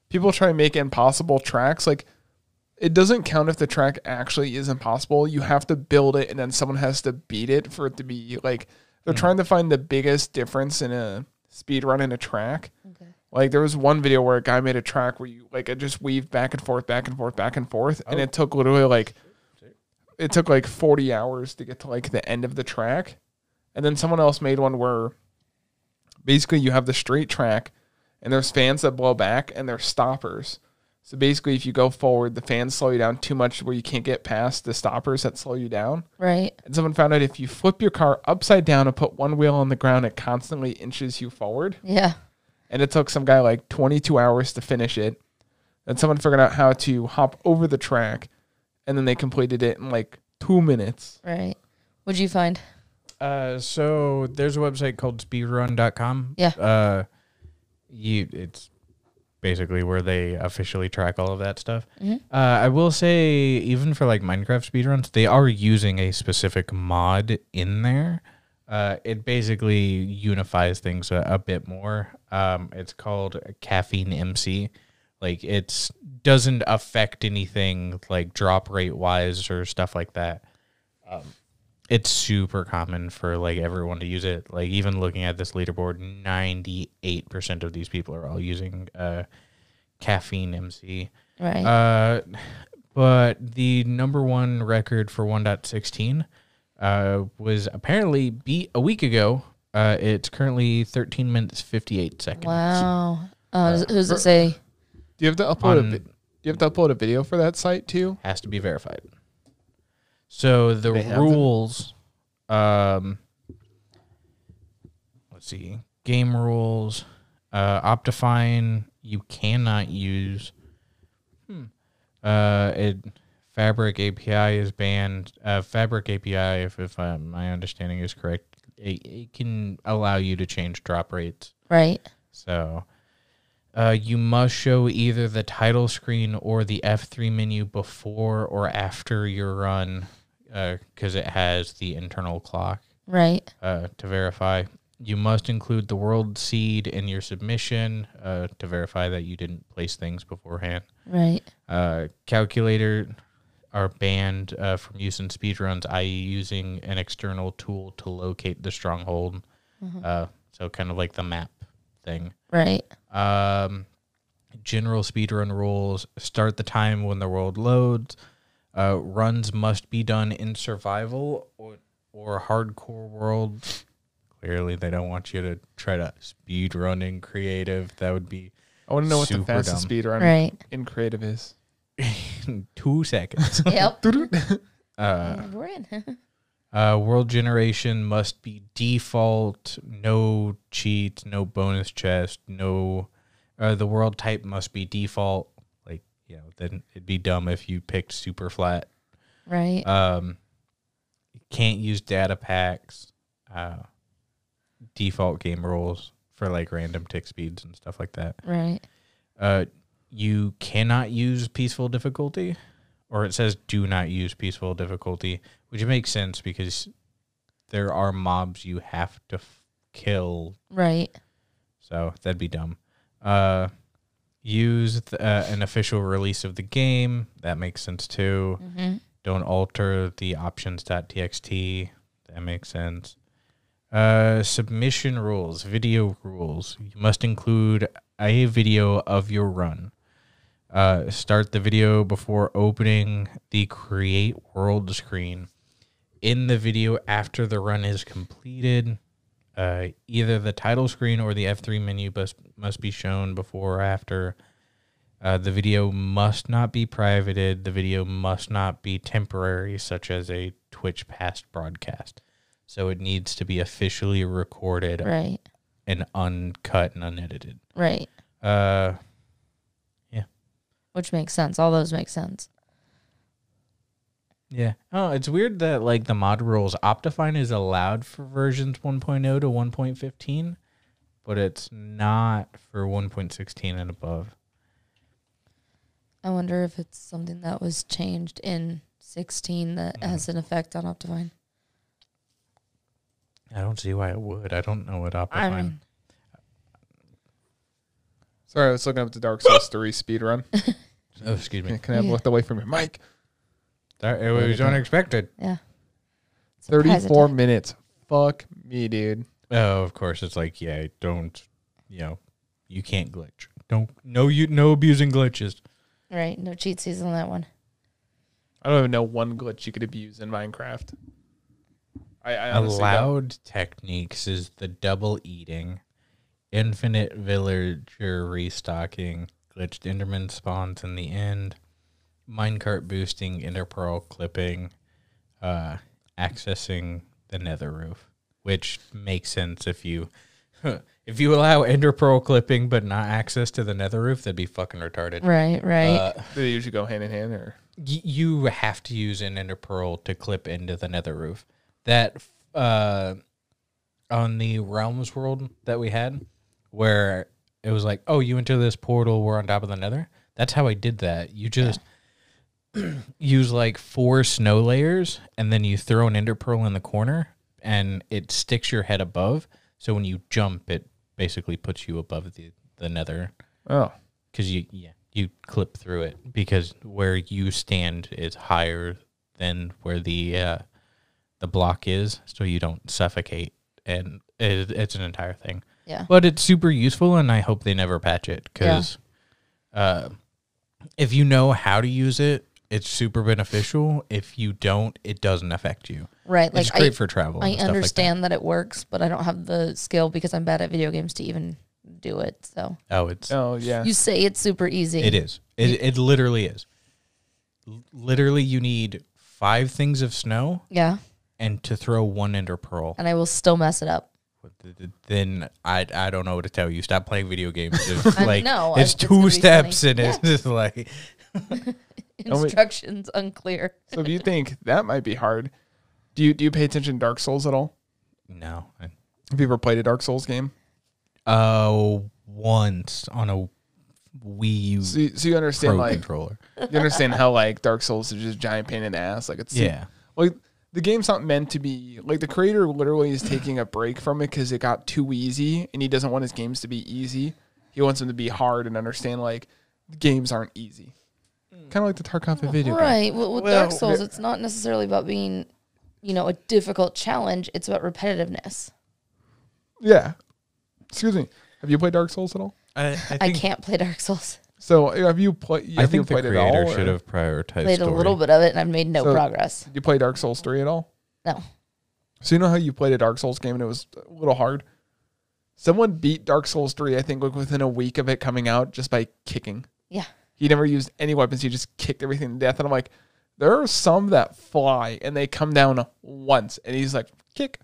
S1: people try to make impossible tracks. Like it doesn't count if the track actually is impossible. You have to build it, and then someone has to beat it for it to be like they're trying to find the biggest difference in a speed run in a track.
S2: Okay.
S1: Like there was one video where a guy made a track where you like it just weaved back and forth, back and forth, back and forth, and it took literally like it took like forty hours to get to like the end of the track, and then someone else made one where basically you have the straight track, and there's fans that blow back and there's stoppers. So basically, if you go forward, the fans slow you down too much where you can't get past the stoppers that slow you down.
S2: Right.
S1: And someone found out if you flip your car upside down and put one wheel on the ground, it constantly inches you forward
S2: Yeah.
S1: and it took some guy like 22 hours to finish it. Then someone figured out how to hop over the track, and then they completed it in like two minutes.
S2: Right. What'd you find?
S3: Uh, so there's a website called speedrun.com.
S2: Yeah.
S3: Uh, you it's basically where they officially track all of that stuff. Uh, I will say even for like Minecraft speedruns, they are using a specific mod in there. Uh, it basically unifies things a, a bit more. Um, it's called caffeine MC. Like it's doesn't affect anything like drop rate wise or stuff like that it's super common for like everyone to use it. Like even looking at this leaderboard, ninety eight percent of these people are all using uh, caffeine MC.
S2: Right.
S3: Uh, but the number one record for one point sixteen uh, was apparently beat a week ago. Uh, it's currently thirteen minutes fifty eight seconds.
S2: wow. Uh, does- who's it say?
S1: Do you have to upload?
S3: On-
S1: a vi- do you have to upload a video for that site too?
S3: has to be verified. So the
S1: They have them?
S3: rules, um, let's see, game rules, uh, Optifine you cannot use. Hmm. Uh, it Fabric API is banned. Uh, Fabric API, if if uh, my understanding is correct, it, it can allow you to change drop rates.
S2: Right.
S3: So uh, you must show either the title screen or the F3 menu before or after your run because it has the internal clock
S2: Right.
S3: uh, to verify. You must include the world seed in your submission uh, to verify that you didn't place things beforehand.
S2: Right.
S3: Uh, calculator are banned uh, from use in speedruns, i.e., using an external tool to locate the stronghold. Uh, so, kind of like the map thing.
S2: Right.
S3: Um, general speedrun rules start the time when the world loads. Uh, runs must be done in survival or, or hardcore world. Clearly, they don't want you to try to speed run in creative. That would be
S1: I want to know what the
S3: Super
S1: fastest
S3: dumb.
S1: speed run
S2: Right.
S1: in creative is.
S3: two seconds.
S2: Yep.
S1: Doo-doo.
S3: Uh,
S2: Yeah, we're in.
S3: uh, world generation must be default, no cheat, no bonus chest, no. Uh, the world type must be default. Like, you know, then it'd be dumb if you picked super flat.
S2: right.
S3: Um, can't use data packs. Uh, default game rules for like random tick speeds and stuff like that.
S2: right.
S3: Uh, you cannot use peaceful difficulty, or it says do not use peaceful difficulty, which makes sense because there are mobs you have to f- kill,
S2: Right.
S3: so that'd be dumb. Uh, use th- uh, an official release of the game, that makes sense too.
S2: Mm-hmm.
S3: Don't alter the options.txt, that makes sense. Uh, submission rules, video rules. You must include a video of your run. Uh, start the video before opening the create world screen. In the video after the run is completed, uh, either the title screen or the F3 menu must, must be shown before or after. Uh, the video must not be privated. The video must not be temporary, such as a Twitch past broadcast. So it needs to be officially recorded
S2: Right.
S3: and uncut and unedited.
S2: Right.
S3: Uh,
S2: Which makes sense. All those make sense.
S3: yeah. Oh, it's weird that like the mod rules Optifine is allowed for versions 1.0 to 1.15, but it's not for 1.16 and above.
S2: I wonder if it's something that was changed in 16 that
S3: Mm-hmm.
S2: has an effect on Optifine.
S3: I don't see why it would. I don't know what Optifine.
S2: I mean,
S1: Sorry, I was looking up the Dark Souls 3 speedrun.
S3: oh, excuse me.
S1: Can I have
S2: Yeah.
S1: looked away from your mic?
S3: Sorry, it was unexpected.
S2: yeah. Surprise
S1: 34
S2: attack.
S1: minutes. Fuck me, dude.
S3: Oh, of course. It's like, yeah, don't, you know, you can't glitch. Don't, no, you, no abusing glitches.
S2: Right. No cheat season on that one.
S1: I don't even know one glitch you could abuse in Minecraft. I, I honestly don't.
S3: Allowed techniques is the double eating, infinite villager restocking, glitched Enderman spawns in the end, minecart boosting, interpearl clipping, uh, accessing the nether roof, which makes sense if you. If you allow enderpearl clipping but not access to the nether roof, that'd be fucking retarded.
S2: Right. Right.
S3: Uh,
S1: Do they usually go hand in hand or
S3: y- you have to use an ender pearl to clip into the nether roof. That uh, on the realms world that we had, where it was like, oh, you enter this portal, we're on top of the nether. That's how I did that. You just use like four snow layers, and then you throw an ender pearl in the corner, and it sticks your head above. So when you jump, it basically puts you above the the nether
S1: oh
S3: because you yeah you clip through it because where you stand is higher than where the uh, the block is, so you don't suffocate, and it, it's an entire thing.
S2: yeah.
S3: But it's super useful, and I hope they never patch it because uh, if you know how to use it, it's super beneficial. If you don't, it doesn't affect you.
S2: Right. Like
S3: it's
S2: I,
S3: great for travel.
S2: I
S3: and stuff like that.
S2: understand that. it works, but I don't have the skill because I'm bad at video games to even do it. So
S3: Oh, it's
S1: oh yeah.
S2: you say it's super easy.
S3: It is. It, it literally is. L- Literally, you need five things of snow
S2: Yeah.
S3: and to throw one ender pearl.
S2: And I will still mess it up.
S3: th- th- Then I I don't know what to tell you. Stop playing video games. It's
S2: I
S3: like
S2: know,
S3: it's
S2: it's gonna
S3: two
S2: be
S3: steps
S2: funny.
S3: and it's just like
S1: Oh, wait.
S2: Instructions unclear.
S1: so if you think that might be hard, do you do you pay attention to Dark Souls at all?
S3: no.
S1: Have you ever played a Dark Souls game?
S3: Uh, once on a Wii U
S1: So you, so you understand
S3: Pro
S1: like
S3: controller.
S1: you understand how like Dark Souls is just a giant pain in the ass. Like it's
S3: Yeah.
S1: like the game's not meant to be like the creator literally is taking a break from it because it got too easy and he doesn't want his games to be easy. He wants them to be hard and understand like games aren't easy. Kind of like the Tarkov video game.
S2: Right. Well, with Dark
S1: Well,
S2: Souls, it's not necessarily about being, you know, a difficult challenge. It's about repetitiveness.
S1: Yeah. Excuse me. Have you played Dark Souls at all?
S3: I, I
S2: I
S3: think
S2: can't play Dark Souls.
S1: So have you played?
S3: I think the
S1: played it all,
S3: creator
S1: or-
S3: should have prioritized
S2: Played a
S3: story.
S2: little bit of it, and I've made no
S1: So-
S2: progress.
S1: Did you play Dark Souls three at all?
S2: No.
S1: So you know how you played a Dark Souls game and it was a little hard. Someone beat Dark Souls three, I think, like within a week of it coming out, just by kicking.
S2: Yeah.
S1: He never used any weapons. He just kicked everything to death, and I'm like, There are some that fly and they come down once, and he's like kick,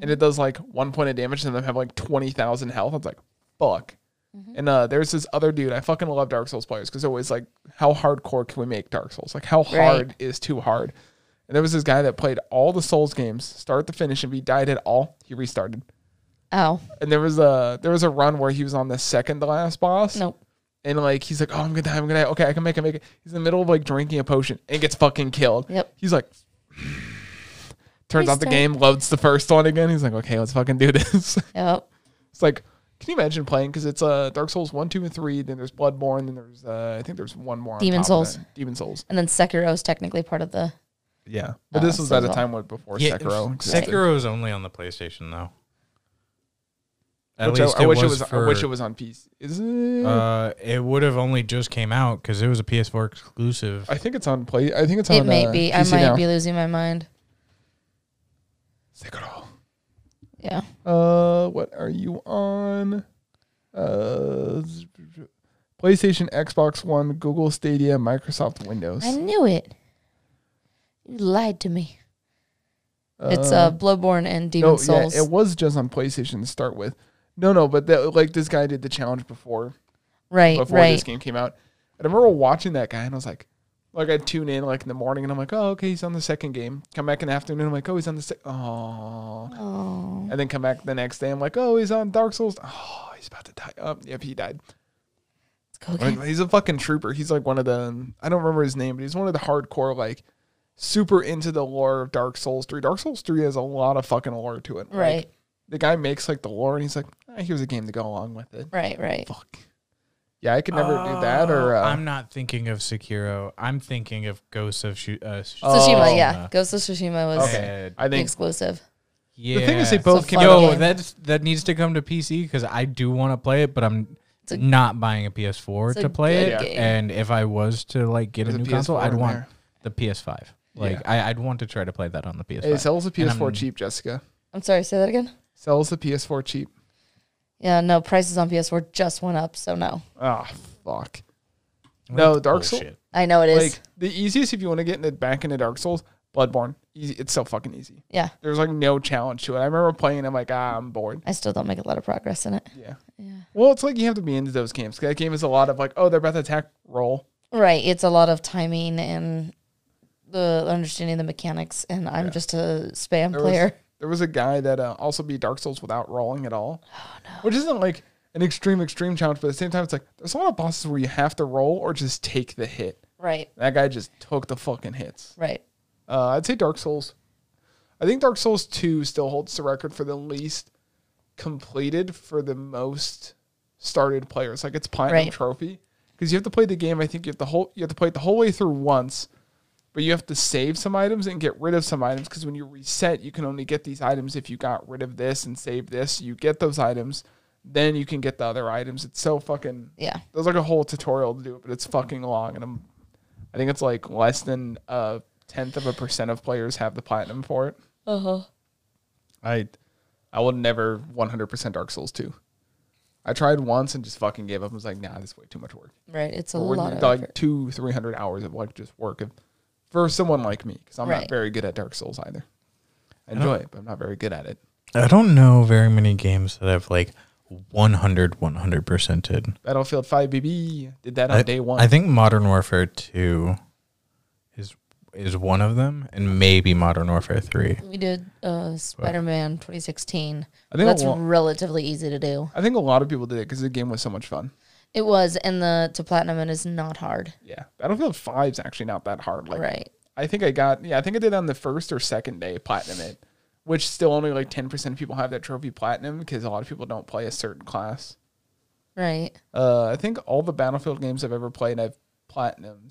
S1: and it does like one point of damage, and them have like twenty thousand health. I'm like, fuck. And uh, there's this other dude. I fucking love Dark Souls players because always like, how hardcore can we make Dark Souls? Like, how hard is too hard? And there was this guy that played all the Souls games, start to finish, and if he died at all, he restarted.
S2: Oh,
S1: And there was a there was a run where he was on the second to last boss.
S2: nope.
S1: And like he's like, oh, I'm gonna die, I'm gonna die. Okay, I can make it, make it. He's in the middle of like drinking a potion and gets fucking killed.
S2: Yep.
S1: He's like, turns off the
S2: Restart.
S1: game, loads the first one again. He's like, okay, let's fucking do this.
S2: Yep.
S1: It's like, can you imagine playing? Because it's uh, Dark Souls 1, 2, and 3. Then there's Bloodborne. Then there's, uh, I think there's one more. on
S2: Demon
S1: top of
S2: Souls.
S1: that. Demon Souls.
S2: And then Sekiro is technically part of the.
S1: Yeah. But
S2: Uh,
S1: this was at a
S2: Souls.
S1: time when before
S3: Yeah,
S1: Sekiro. existed.
S3: Sekiro is only on the PlayStation though. At
S1: Which
S3: least
S1: I, I
S3: it
S1: wish
S3: was.
S1: it was,
S3: for,
S1: I wish it was on PC. Is it?
S3: Uh, it would have only just came out because it was a PS4 exclusive.
S1: I think it's on play. I think it's
S2: It
S1: on
S2: may
S1: uh,
S2: be. I
S1: PC
S2: might
S1: now.
S2: be losing my mind.
S1: Sekiro.
S2: Yeah.
S1: Uh, what are you on? Uh, PlayStation, Xbox One, Google Stadia, Microsoft Windows.
S2: I knew it. You lied to me. it's
S1: Uh,
S2: uh, Bloodborne and Demon
S1: no,
S2: Souls.
S1: Yeah, it was just on PlayStation to start with. No, no, but that, like this guy did the challenge before
S2: right,
S1: before this
S2: right.
S1: game came out. And I remember watching that guy, and I was like, like I tune in like in the morning, and I'm like, oh, okay, he's on the second game. Come back in the afternoon, I'm like, oh, he's on the second. Oh,
S2: Oh,
S1: and then come back the next day, I'm like, oh, he's on Dark Souls. Oh, he's about to die. Oh, yep, he died.
S2: let's go
S1: Like,
S2: again.
S1: he's a fucking trooper. He's like one of the I don't remember his name, but he's one of the hardcore like super into the lore of Dark Souls 3. Dark Souls 3 has a lot of fucking lore to it. Like,
S2: Right,
S1: the guy makes like the lore and he's like, ah, here's a game to go along with it.
S2: right, right.
S1: Fuck. Yeah, I could never do that or uh,
S3: I'm not thinking of Sekiro. I'm thinking of Ghosts of Shu- uh, Sh-
S1: Oh.
S2: Tsushima, yeah. Ghost of Tsushima was
S3: Okay.
S1: I
S2: the
S1: think
S2: exclusive.
S3: Yeah.
S1: the thing is they both came
S2: fun
S1: out.
S3: Yo,
S2: game.
S3: that's that needs to come to PC because I do want to play it, but I'm
S2: It's a-
S3: not buying a PS4
S2: it's a
S3: to play
S2: good
S3: it.
S2: game.
S3: And if I was to like get
S1: There's
S3: a
S1: a
S3: new console,
S1: PS4
S3: I'd
S1: in
S3: want
S1: there.
S3: the PS5. Like I, I'd want to try to play that on the PS5.
S1: Hey, sells the
S3: And
S1: PS4
S3: I'm-
S1: cheap, Jessica.
S2: I'm sorry, say that again.
S1: Sells the PS4 cheap.
S2: Yeah, no, prices on PS4 just went up, so no.
S1: Ah, fuck.
S3: Well,
S1: No,
S3: that's
S1: Dark Souls-
S3: bullshit.
S2: I know it is.
S1: Like the easiest if you want to get into, back into Dark Souls, Bloodborne. Easy, it's so fucking easy.
S2: yeah,
S1: There's like no challenge to it. I remember playing and I'm like, ah, I'm bored.
S2: I still don't make a lot of progress in it.
S1: Yeah.
S2: Yeah.
S1: Well, it's like you have to be into those camps. 'cause That game is a lot of like, oh, they're about to attack, roll.
S2: Right, it's a lot of timing and the understanding the mechanics, and I'm just a
S1: There
S2: spam
S1: was-
S2: player.
S1: There was a guy that uh, also beat Dark Souls without rolling at all,
S2: Oh,
S1: which isn't like an extreme extreme challenge, but at the same time, it's like there's a lot of bosses where you have to roll or just take the hit.
S2: Right,
S1: That guy just took the fucking hits.
S2: right.
S1: Uh, I'd say Dark Souls. I think Dark Souls Two still holds the record for the least completed for the most started players. Like it's platinum
S2: Right.
S1: trophy because you have to play the game. I think you have the whole you have to play it the whole way through once, but you have to save some items and get rid of some items because when you reset, you can only get these items if you got rid of this and save this. You get those items, then you can get the other items. It's so fucking
S2: Yeah.
S1: there's like a whole tutorial to do it, but it's fucking long, and I'm, I think it's like less than a tenth of a percent of players have the platinum for it.
S2: Uh huh.
S1: I, I will never 100% Dark Souls two. I tried once and just fucking gave up. I was like, nah, this is way too much work.
S2: Right, it's a
S1: We're
S2: lot of
S1: like
S2: effort.
S1: two, three hundred hours of like just work of, for someone like me because I'm
S2: Right.
S1: not very good at Dark Souls either. I enjoy it, but I'm not very good at it.
S3: I don't know very many games that have like 100 100 percented.
S1: Battlefield 5 BB did that on
S3: I,
S1: day one.
S3: I think Modern Warfare 2 is is one of them and maybe Modern Warfare 3.
S2: We did uh, Spider Man 2016.
S1: I think
S2: That's
S1: a lo-
S2: relatively easy to do.
S1: I think a lot of people did it because the game was so much fun.
S2: It was, and the to platinum it is not hard.
S1: Yeah, Battlefield 5's actually not that hard. Like
S2: right.
S1: I think I got yeah, I think I did on the first or second day platinum it, which still only like ten percent of people have that trophy platinum because a lot of people don't play a certain class.
S2: Right.
S1: Uh, I think all the Battlefield games I've ever played I've platinumed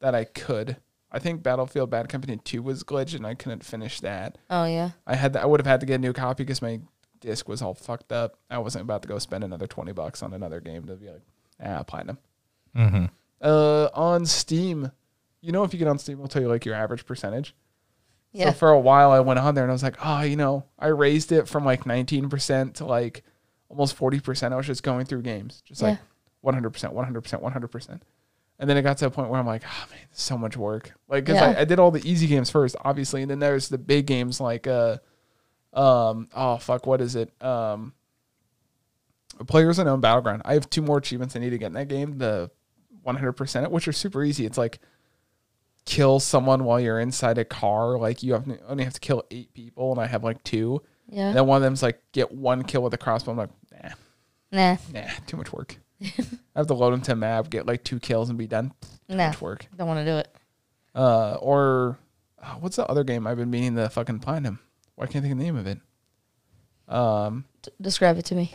S1: that I could. I think Battlefield Bad Company Two was glitched and I couldn't finish that.
S2: Oh yeah.
S1: I had I would have had to get a new copy because my disc was all fucked up. I wasn't about to go spend another twenty bucks on another game to be like ah platinum.
S3: Mm-hmm.
S1: Uh, on Steam, you know if you get on Steam, it'll tell you like your average percentage.
S2: Yeah.
S1: So for a while, I went on there and I was like, oh, you know, I raised it from like 19% to like almost 40%. I was just going through games, just like 100%, 100%, 100%. And And then it got to a point where I'm like, oh man, this is so much work. Like, cause
S2: Yeah.
S1: I, I did all the easy games first, obviously, and then there's the big games like, uh, um, oh fuck, what is it? Um, Players Unknown Battleground. I have two more achievements I need to get in that game. The 100% it, which are super easy. It's like kill someone while you're inside a car. Like you have only have to kill eight people, and I have like two.
S2: Yeah.
S1: And then one of them's like get one kill with a crossbow. I'm like, nah,
S2: Nah.
S1: nah, too much work. I have to load them to a map, get like two kills, and be done. Too
S2: Nah.
S1: much work.
S2: Don't want to do it.
S1: Uh, or uh, what's the other game I've been meaning to fucking platinum? Why can't I think of the name of it? Um,
S2: D- describe it to me.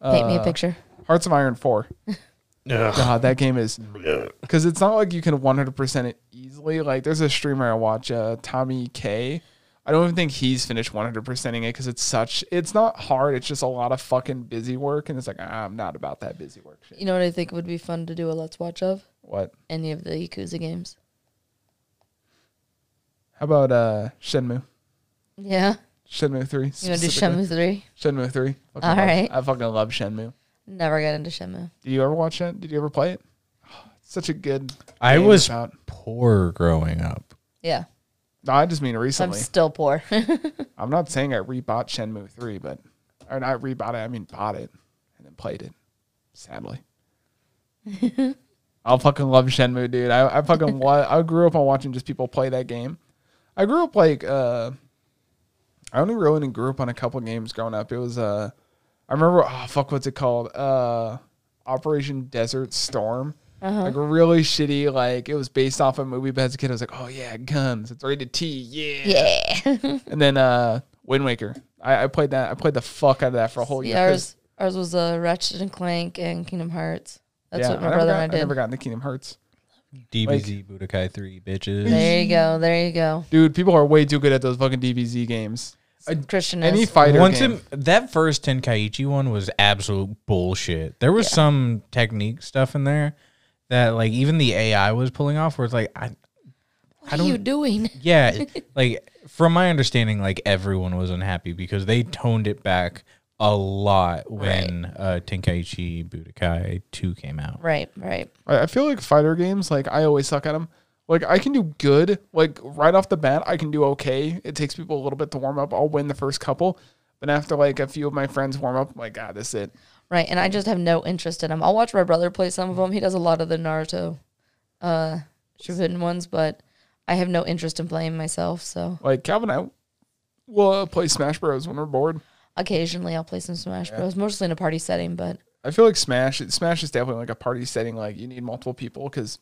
S2: Paint me a
S1: uh,
S2: picture.
S1: Hearts of Iron Four.
S3: Ugh.
S1: God, that game is because it's not like you can 100% it easily. Like there's a streamer I watch, uh, Tommy K. I don't even think he's finished 100%ing it because it's such. It's not hard. It's just a lot of fucking busy work, and it's like ah, I'm not about that busy work shit.
S2: You know what I think would be fun to do a let's watch of?
S1: What?
S2: Any of the Yakuza games.
S1: How about uh Shenmue?
S2: Yeah.
S1: Shenmue three.
S2: You want to do
S1: specifically.
S2: Shenmue 3?
S1: Shenmue three. Fucking love-
S2: All right.
S1: I fucking love Shenmue.
S2: Never got into Shenmue.
S1: Did you ever watch it? Did you ever play it? Such a good.
S3: I
S1: game
S3: was
S1: about-
S3: poor growing up.
S2: Yeah.
S1: No, I just mean
S2: I'm
S1: recently.
S2: still poor.
S1: I'm not saying I rebought Shenmue 3, but or not rebought it, I mean bought it and then played it. Sadly. I'll fucking love Shenmue, dude. I, I fucking love I grew up on watching just people play that game. I grew up like uh I only really grew up on a couple games growing up. It was uh I remember oh fuck what's it called? Uh Operation Desert Storm. Like really shitty, like it was based off a movie, but as a kid I was like, Oh yeah, guns, it's rated T,
S2: yeah.
S1: and then uh Wind Waker. I, I played that. I played the fuck out of that for a whole year.
S2: yeah
S1: 'cause-
S2: ours, ours was uh, Ratchet and Clank and Kingdom Hearts. That's
S1: yeah,
S2: what my
S1: never
S2: brother
S1: got,
S2: and I
S1: I never
S2: did.
S1: got into Kingdom Hearts.
S3: DBZ Budokai 3 bitches.
S2: There you go. There you go.
S1: Dude, people are way too good at those fucking DBZ games.
S2: Christian
S1: Any
S2: is.
S1: fighter
S3: Once
S1: game.
S3: in, that first Tenkaichi one was absolute bullshit. There was some technique stuff in there that like even the AI was pulling off where it's like I
S2: what are you doing?
S3: yeah, it- like from my understanding like everyone was unhappy because they toned it back a lot when uh Tenkaichi Budokai 2 came out.
S2: Right, right.
S1: I, I feel like fighter games, like I always suck at them. Like I can do good, like right off the bat, I can do okay. It takes people a little bit to warm up. I'll win the first couple, but after like a few of my friends warm up, I'm like God, that's it.
S2: Right, and I just have no interest in them. I'll watch my brother play some of them. He does a lot of the Naruto, uh, Shippuden ones, but I have no interest in playing myself. So
S1: Like Calvin, and I will uh, play Smash Bros when we're bored.
S2: occasionally I'll play some Smash Bros. Mostly in a party setting, but
S1: I feel like Smash. Smash is definitely like a party setting. Like you need multiple people because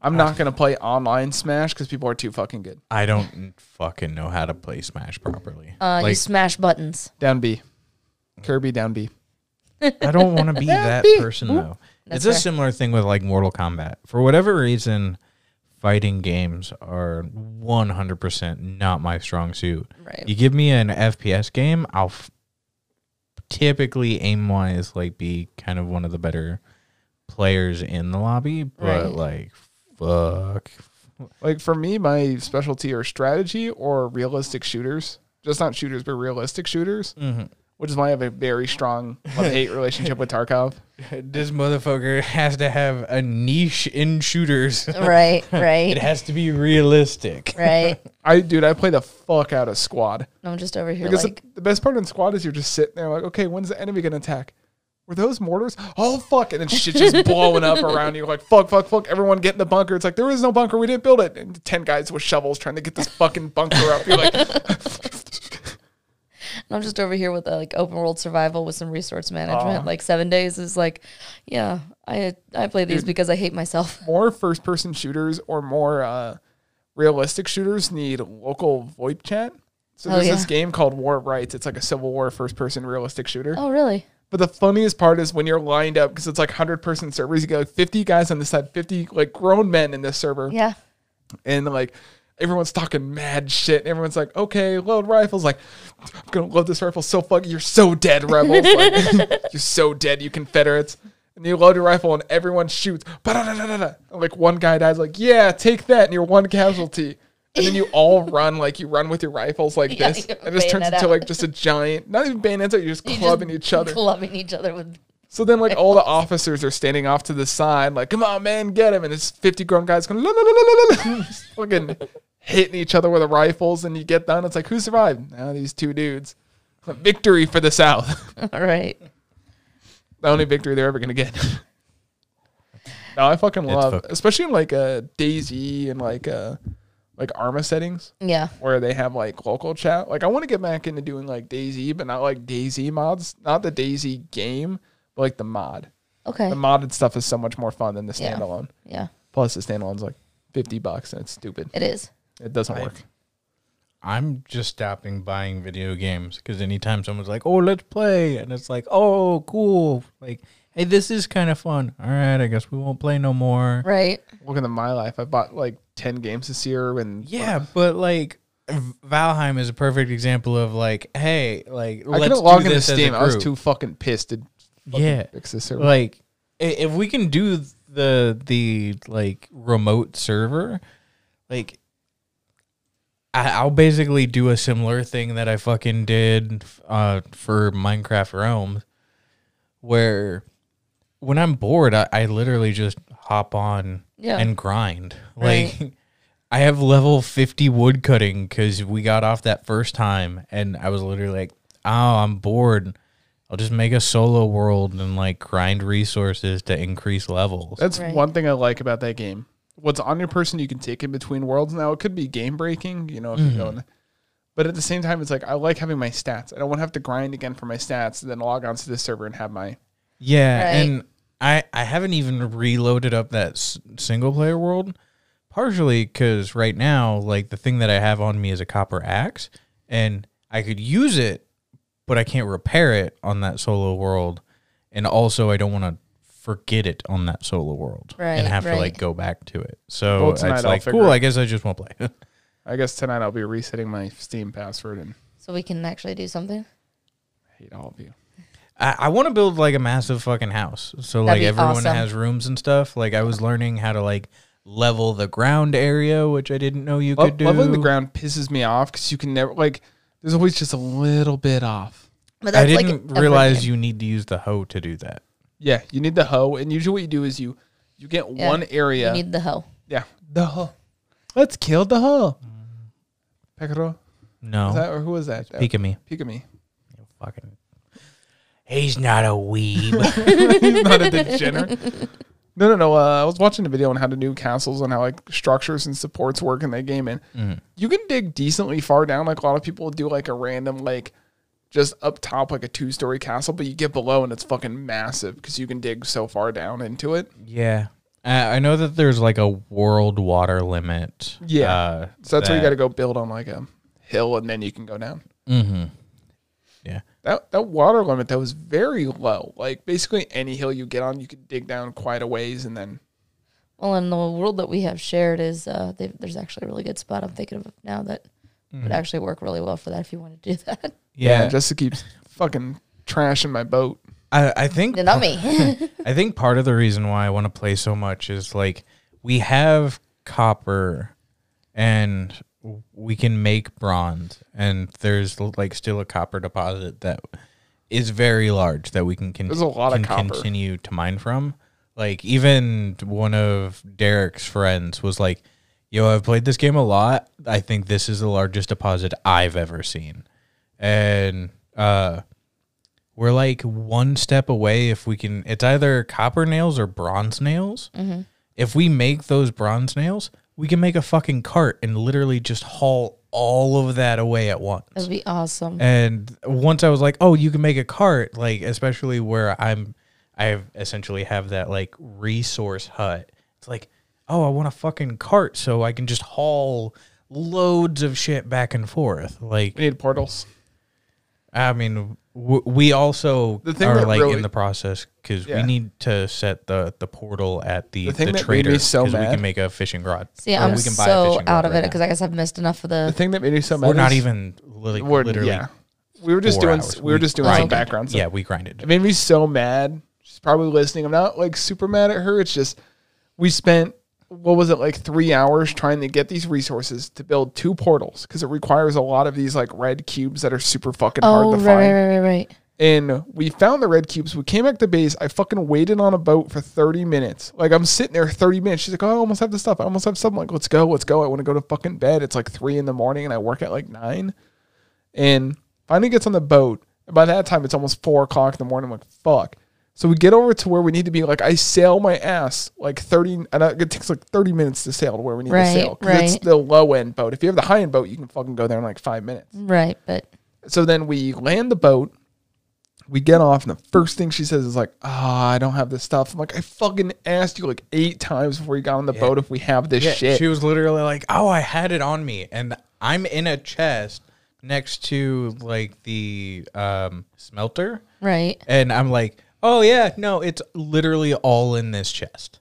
S1: I'm not gonna play online Smash because people are too fucking good.
S3: I don't fucking know how to play Smash properly.
S2: uh, you
S3: like
S2: smash buttons.
S1: Down B, Kirby down B.
S3: I don't want to be that person though.
S2: That's
S3: it's a
S2: fair.
S3: similar thing with like Mortal Kombat. For whatever reason, fighting games are 100% not my strong suit.
S2: Right.
S3: You give me an FPS game, I'll f- typically aim wise like be kind of one of the better players in the lobby, but
S2: Right.
S3: like fuck.
S1: Like for me, my specialty are strategy or realistic shooters. Just not shooters, but realistic shooters, which is why I have a very strong love hate relationship with Tarkov.
S3: This motherfucker has to have a niche in shooters.
S2: Right, right,
S3: has to be realistic.
S2: right.
S1: I dude, I play the fuck out of squad.
S2: I'm just over here
S1: Because
S2: like,
S1: the, the best part in squad is you're just sitting there like, okay, when's the enemy gonna attack? Were those mortars? Oh fuck! And then shit just blowing up around you, like fuck, fuck, fuck. Everyone get in the bunker. It's like there is no bunker. We didn't build it. And ten guys with shovels trying to get this fucking bunker up. You're like,
S2: I'm just over here with uh, like open world survival with some resource management. Like seven days is like, yeah, I I play these because I hate myself.
S1: more first person shooters or more uh, realistic shooters need local VoIP chat. So
S2: Oh,
S1: there's
S2: yeah.
S1: this game called War of Rights. It's like a Civil War first person realistic shooter.
S2: Oh, really?
S1: But the funniest part is when you're lined up because it's like hundred person servers. You got like fifty guys on this side, fifty like grown men in this server.
S2: Yeah.
S1: and like everyone's talking mad shit. And everyone's like, "Okay, load rifles." Like, I'm gonna load this rifle so fuck. You're so dead, rebels. Like, you're so dead, you Confederates. And you load your rifle, and everyone shoots. Ba-da-da-da-da-da. And, like one guy dies. Like, yeah, take that, and you're one casualty. And then you all run like you run with your rifles like
S2: Yeah,
S1: this,
S2: you
S1: and this turns
S2: bayonet
S1: into
S2: out.
S1: like just a giant, not even bayonets. out, You're just
S2: You just
S1: clubbing each other.
S2: Clubbing each other with
S1: So then, like all the officers are standing off to the side, like, "Come on, man, get him!" And it's fifty grown guys going, "La la la la la la," just fucking hitting each other with the rifles. And you get done, it's like, who survived? Now these two dudes. Victory for the South.
S2: All right.
S1: the only victory they're ever gonna get. no, I fucking
S3: It's
S1: love,
S3: fuck-
S1: especially in like uh, Daisy and like uh, like Arma settings
S2: Yeah.
S1: where they have like local chat. Like I want to get back into doing like Daisy, but not like Daisy mods, not the Daisy game, but like the mod.
S2: Okay.
S1: The modded stuff is so much more fun than the
S2: Eh. Yeah.
S1: standalone.
S2: Yeah.
S1: Plus, the standalone's like fifty bucks and it's stupid.
S2: It is.
S1: It doesn't
S3: Right.
S1: work.
S3: I'm just stopping buying video games because anytime someone's like, "Oh, let's play," and it's like, "Oh, cool!" Like, "Hey, this is kind of fun." All right, I guess we won't play no more.
S2: Right.
S1: Look into my life. I bought like ten games this year, and
S3: Yeah, but like, V- Valheim is a perfect example of like, "Hey, like,
S1: I
S3: let's
S1: couldn't
S3: do
S1: log into
S3: this as a
S1: Steam. I was
S3: group.
S1: too fucking pissed to fucking
S3: Yeah.
S1: fix this server.
S3: like i- if we can do the the like remote server like I- I'll basically do a similar thing that I fucking did uh, for Minecraft Realms, where when I'm bored, I, I literally just hop on
S2: Yeah.
S3: and grind.
S2: Right.
S3: Like, I have level 50 wood cutting because we got off that first time, and I was literally like, oh, I'm bored. I'll just make a solo world and like grind resources to increase levels.
S1: That's
S2: Right.
S1: one thing I like about that game. What's on your person you can take in between worlds. Now it could be game breaking, you know, if
S3: Mm-hmm.
S1: you go in. But at the same time, it's like I like having my stats. I don't want to have to grind again for my stats and then log onto this server and have my.
S3: Yeah,
S2: Right.
S3: and I I haven't even reloaded up that s- single player world, partially because right now like the thing that I have on me is a copper axe, and I could use it, but I can't repair it on that solo world, and also I don't want to forget it on that solo world
S2: Right,
S3: and have to
S2: right.
S3: like go back to it. So
S1: Well,
S3: it's
S1: tonight I'll
S3: like
S1: figure
S3: cool.
S1: it-
S3: I guess I just won't play.
S1: I guess tonight I'll be resetting my Steam password and
S2: So we can actually do something.
S1: hate all of you.
S3: I, I want to build like a massive fucking house. So
S2: That'd
S3: like
S2: be
S3: everyone
S2: awesome.
S3: has rooms and stuff. Like I was learning how to like level the ground area, which I didn't know you
S1: Lo-
S3: could do.
S1: Leveling the ground pisses me off because you can never like. There's always just a little bit off.
S2: But
S3: I
S2: that's like
S3: didn't
S2: every
S3: realize
S2: game.
S3: you need to use the hoe to do that.
S1: Yeah, you need the hoe, and usually what you do is you you get
S2: Yeah,
S1: one area.
S2: You need the hoe.
S1: yeah, the hoe. Let's kill the hoe. Pecoro.
S3: No,
S1: Was that or who was that?
S3: peek at me.
S1: Pigamy.
S3: You fucking. He's not a weeb.
S1: He's not a degenerate. No, no, no. Uh, I was watching a video on how to do castles and how like structures and supports work in that game, and
S3: Mm-hmm.
S1: you can dig decently far down. Like a lot of people do, like a random like just up top like a two story castle, but you get below and it's fucking massive because you can dig so far down into it.
S3: yeah, uh, I know that there's like a world water limit.
S1: Yeah.
S3: uh,
S1: So that's why you
S3: that-
S1: got to go build on like a hill, and then you can go down.
S3: Yeah.
S1: That that water limit that was very low. Like basically any hill you get on, you can dig down quite a ways, and then
S2: Well, in the world that we have shared is uh, they've- there's actually a really good spot I'm thinking of now that would
S3: Mm-hmm.
S2: actually work really well for that if you want to do that.
S1: yeah,
S3: Yeah,
S1: just to keep fucking trashing my boat.
S3: I, I think
S2: Not me.
S3: I think part of the reason why I want to play so much is like we have copper and we can make bronze and there's like still a copper deposit that is very large that we can, con-
S1: There's a lot of
S3: can
S1: copper.
S3: continue to mine from. Like even one of Derek's friends was like, "Yo, I've played this game a lot. I think this is the largest deposit I've ever seen." And uh we're like one step away if we can it's either copper nails or bronze nails if we make those bronze nails we can make a fucking cart and literally just haul all of that away at once
S2: That'd be awesome.
S3: and once i was like oh you can make a cart like especially where i'm i essentially have that like resource hut it's like oh i want a fucking cart so i can just haul loads of shit back and forth like
S1: We need portals.
S3: I mean, w- we also
S1: The thing
S3: are
S1: that
S3: like
S1: really-
S3: in the process because
S1: Yeah.
S3: we need to set the the portal at the
S1: The
S3: the,
S1: thing that made
S3: trader
S1: me so
S3: we
S1: mad-
S3: can make a fishing rod.
S2: See,
S3: or
S2: I'm
S3: we can buy a
S2: so
S3: fishing
S2: out
S3: rod
S2: of
S3: right
S2: it
S3: now.
S2: because I guess I've missed enough of
S1: The
S2: the.
S1: thing that made me so mad.
S3: we're not
S1: is-
S3: even li-
S1: We're-
S3: literally.
S1: yeah. We were just
S3: four
S1: doing.
S3: hours.
S1: We were just doing some
S3: grinded.
S1: background stuff.
S3: Yeah, we grinded.
S1: It made me so mad. She's probably listening. I'm not like super mad at her. It's just we spent what was it like three hours trying to get these resources to build two portals because it requires a lot of these like red cubes that are super fucking hard
S2: Oh
S1: to
S2: right,
S1: find.
S2: right, right, right, right.
S1: and we found the red cubes. We came back to base. I fucking waited on a boat for 30 minutes. Like I'm sitting there 30 minutes. She's like, oh, I almost have the stuff. I almost have something. Like, let's go, let's go. I want to go to fucking bed. It's like three in the morning and I work at like nine. And finally gets on the boat. And by that time it's almost four o'clock in the morning. I'm like, fuck. So we get over to where we need to be. Like I sail my ass like 30 and I, it takes like 30 minutes to sail to where we need
S2: Right,
S1: to sail. 'cause It's
S2: right.
S1: the low end boat. If you have the high end boat, you can fucking go there in like five minutes.
S2: Right, but
S1: So then we land the boat. We get off, and the first thing she says is like, "Ah, I don't have this stuff." I'm like, "I fucking asked you like eight times before you got on the boat if we have this
S3: Yeah,
S1: shit."
S3: She was literally like, "Oh, I had it on me, and I'm in a chest next to like the um, smelter,
S2: right.
S3: and I'm like, oh yeah, no, it's literally all in this chest.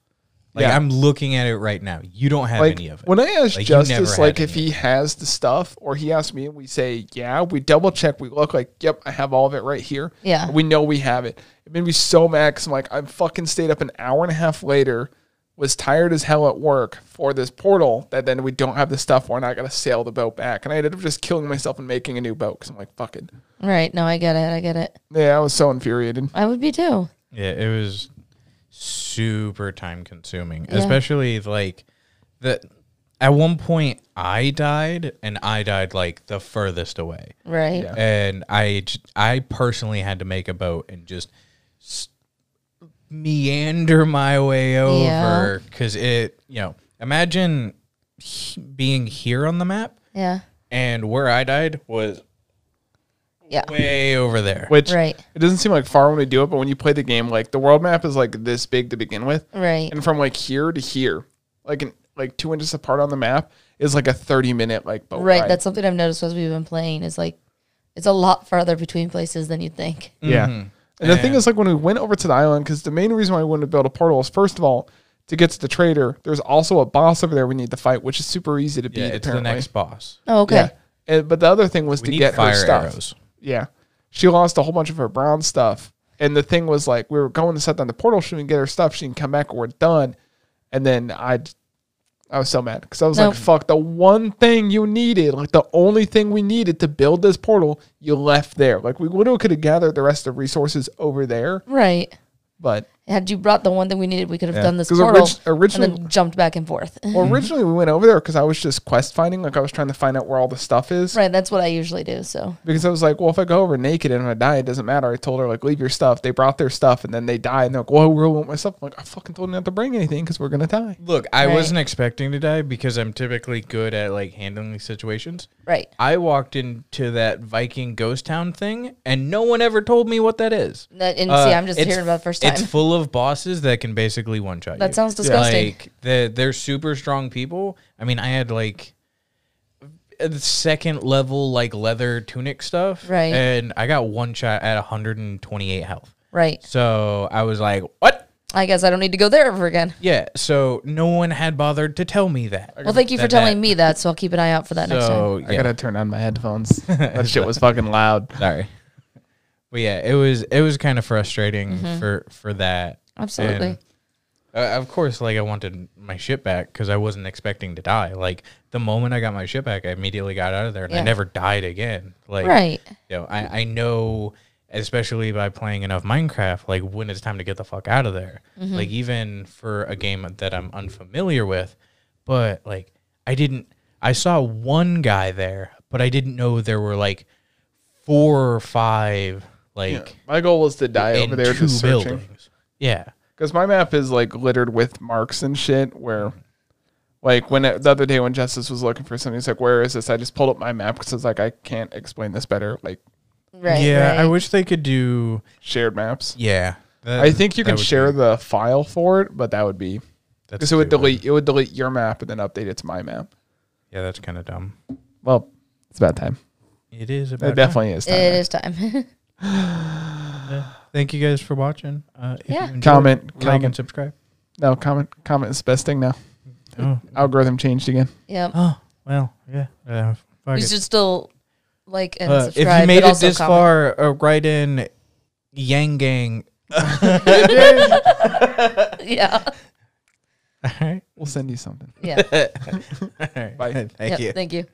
S3: Like
S1: Yeah.
S3: I'm looking at it right now. You don't have
S1: like
S3: any of it.
S1: when I asked
S3: Like, you never
S1: Justice
S3: had
S1: like
S3: any
S1: if
S3: of
S1: he has the stuff, or he asked me, and we say, "Yeah," we double check. We look like, "Yep, I have all of it right here."
S2: Yeah.
S1: we know we have it. It made me so mad because I'm like, I fucking stayed up an hour and a half later, was tired as hell at work for this portal. That then we don't have the stuff. We're not gonna sail the boat back, and I ended up just killing myself and making a new boat because I'm like, "Fuck it."
S2: Right. No, I get it. I get it.
S1: Yeah, I was so infuriated.
S2: I would be too.
S3: Yeah, it was super time consuming,
S2: Yeah.
S3: especially like the. At one point, I died, and I died like the furthest away.
S2: Right.
S1: Yeah.
S3: and I j- I personally had to make a boat and just s- meander my way over because it you know imagine he- being here on the map
S2: Yeah.
S3: and where I died was
S2: Yeah.
S3: way over there.
S1: Which
S2: Right.
S1: it doesn't seem like far when we do it, but when you play the game, like the world map is like this big to begin with.
S2: Right.
S1: and from like here to here, like an, like two inches apart on the map, is like a thirty minute like boat
S2: Right.
S1: ride.
S2: That's something I've noticed as we've been playing is like it's a lot farther between places than you'd think.
S1: yeah. And the thing
S3: Mm-hmm. And-
S1: is, like when we went over to the island, because the main reason why we wanted to build a portal is first of all to get to the trader. There's also a boss over there we need to fight, which is super easy to beat.
S3: yeah, it's
S1: apparently.
S3: the next boss.
S2: Oh, okay.
S1: Yeah. And- but the other thing was
S3: We
S1: to
S3: need
S1: get
S3: fire
S1: her stuff.
S3: arrows.
S1: Yeah. She lost a whole bunch of her brown stuff. And the thing was like we were going to set down the portal, she can get her stuff, she can come back and we're done. And then I I was so mad because I was
S2: Nope.
S1: like, fuck, the one thing you needed, like the only thing we needed to build this portal, you left there. Like we literally could have gathered the rest of the resources over there,
S2: Right.
S1: but
S2: Had you brought the one thing we needed, we could have
S3: Yeah.
S2: done this
S1: 'Cause
S2: portal
S1: orig- originally-
S2: and then jumped back and forth.
S1: well, originally we went over there because I was just quest finding, like I was trying to find out where all the stuff is.
S2: right. That's what I usually do. So
S1: Because I was like, well, if I go over naked and I die, it doesn't matter. I told her like, leave your stuff. They brought their stuff and then they die, and they're like, well, we really want my stuff. I'm like, I fucking told you not to bring anything because we're gonna die.
S3: Look, I
S2: Right.
S3: wasn't expecting to die because I'm typically good at like handling these situations.
S2: right.
S3: I walked into that Viking ghost town thing, and no one ever told me what that is.
S2: That, and
S3: Uh,
S2: see, I'm just
S3: it's-
S2: hearing about the first time.
S3: It's full of bosses that can basically one shot you.
S2: That sounds disgusting.
S3: Like they're, they're super strong people. I mean, I had like uh, the second level like leather tunic stuff,
S2: Right.
S3: And I got one shot at 128 health.
S2: right.
S3: So I was like, what?
S2: I guess I don't need to go there ever again.
S3: Yeah. So no one had bothered to tell me that.
S2: Well, thank you for
S3: that-
S2: telling
S3: that-
S2: me that, so I'll keep an eye out for that next time.
S3: So
S1: I
S3: yeah.
S1: gotta turn on my headphones. that shit was fucking loud.
S3: sorry. But yeah, it was it was kind of frustrating for for that.
S2: Mm-hmm. Absolutely.
S3: And, uh, of course, like I wanted my ship back because I wasn't expecting to die. Like the moment I got my ship back, I immediately got out of there and
S2: Yeah.
S3: I never died again. Like
S2: Right.
S3: you know, I, I know, especially by playing enough Minecraft, like when it's time to get the fuck out of there.
S2: Mm-hmm.
S3: Like even for a game that I'm unfamiliar with, but like I didn't. I saw one guy there, but I didn't know there were like four or five like
S1: My goal was to die
S3: in
S1: over there
S3: two
S1: just searching
S3: buildings. Yeah.
S1: because my map is like littered with marks and shit. Where, like, when the other day when Justice was looking for something, he's like, "Where is this?" I just pulled up my map because I was like, I can't explain this better. Like
S2: Right.
S3: yeah, I
S2: right.
S3: wish they could do.
S1: shared maps.
S3: Yeah, that-
S1: I think you
S3: that
S1: can
S3: would
S1: share
S3: be-
S1: the file for it, but that would be
S3: that's
S1: because it would
S3: stupid.
S1: delete it would delete your map and then update it to my map.
S3: Yeah, that's kind of dumb.
S1: Well, it's about time.
S3: It is
S1: It
S3: about
S1: Uh, definitely is. Time.
S2: It is time.
S3: Thank you guys for watching. Uh, if
S2: Yeah.
S3: you enjoyed,
S1: Comment,
S3: like,
S1: comment.
S3: and subscribe.
S1: No comment. Comment is the best thing now.
S3: Oh,
S1: Algorithm changed again.
S2: yep.
S3: oh well, yeah. Uh, fuck
S2: You
S3: it.
S2: should still like and
S3: Uh, if
S2: subscribe.
S3: you made
S2: but
S3: it
S2: also
S3: this
S2: comment.
S3: far, uh, write in Yang Gang.
S2: yeah.
S3: All right.
S1: We'll send you something.
S2: Yeah.
S3: All right.
S1: Bye.
S3: Thank
S2: Yep,
S3: you.
S2: Thank you.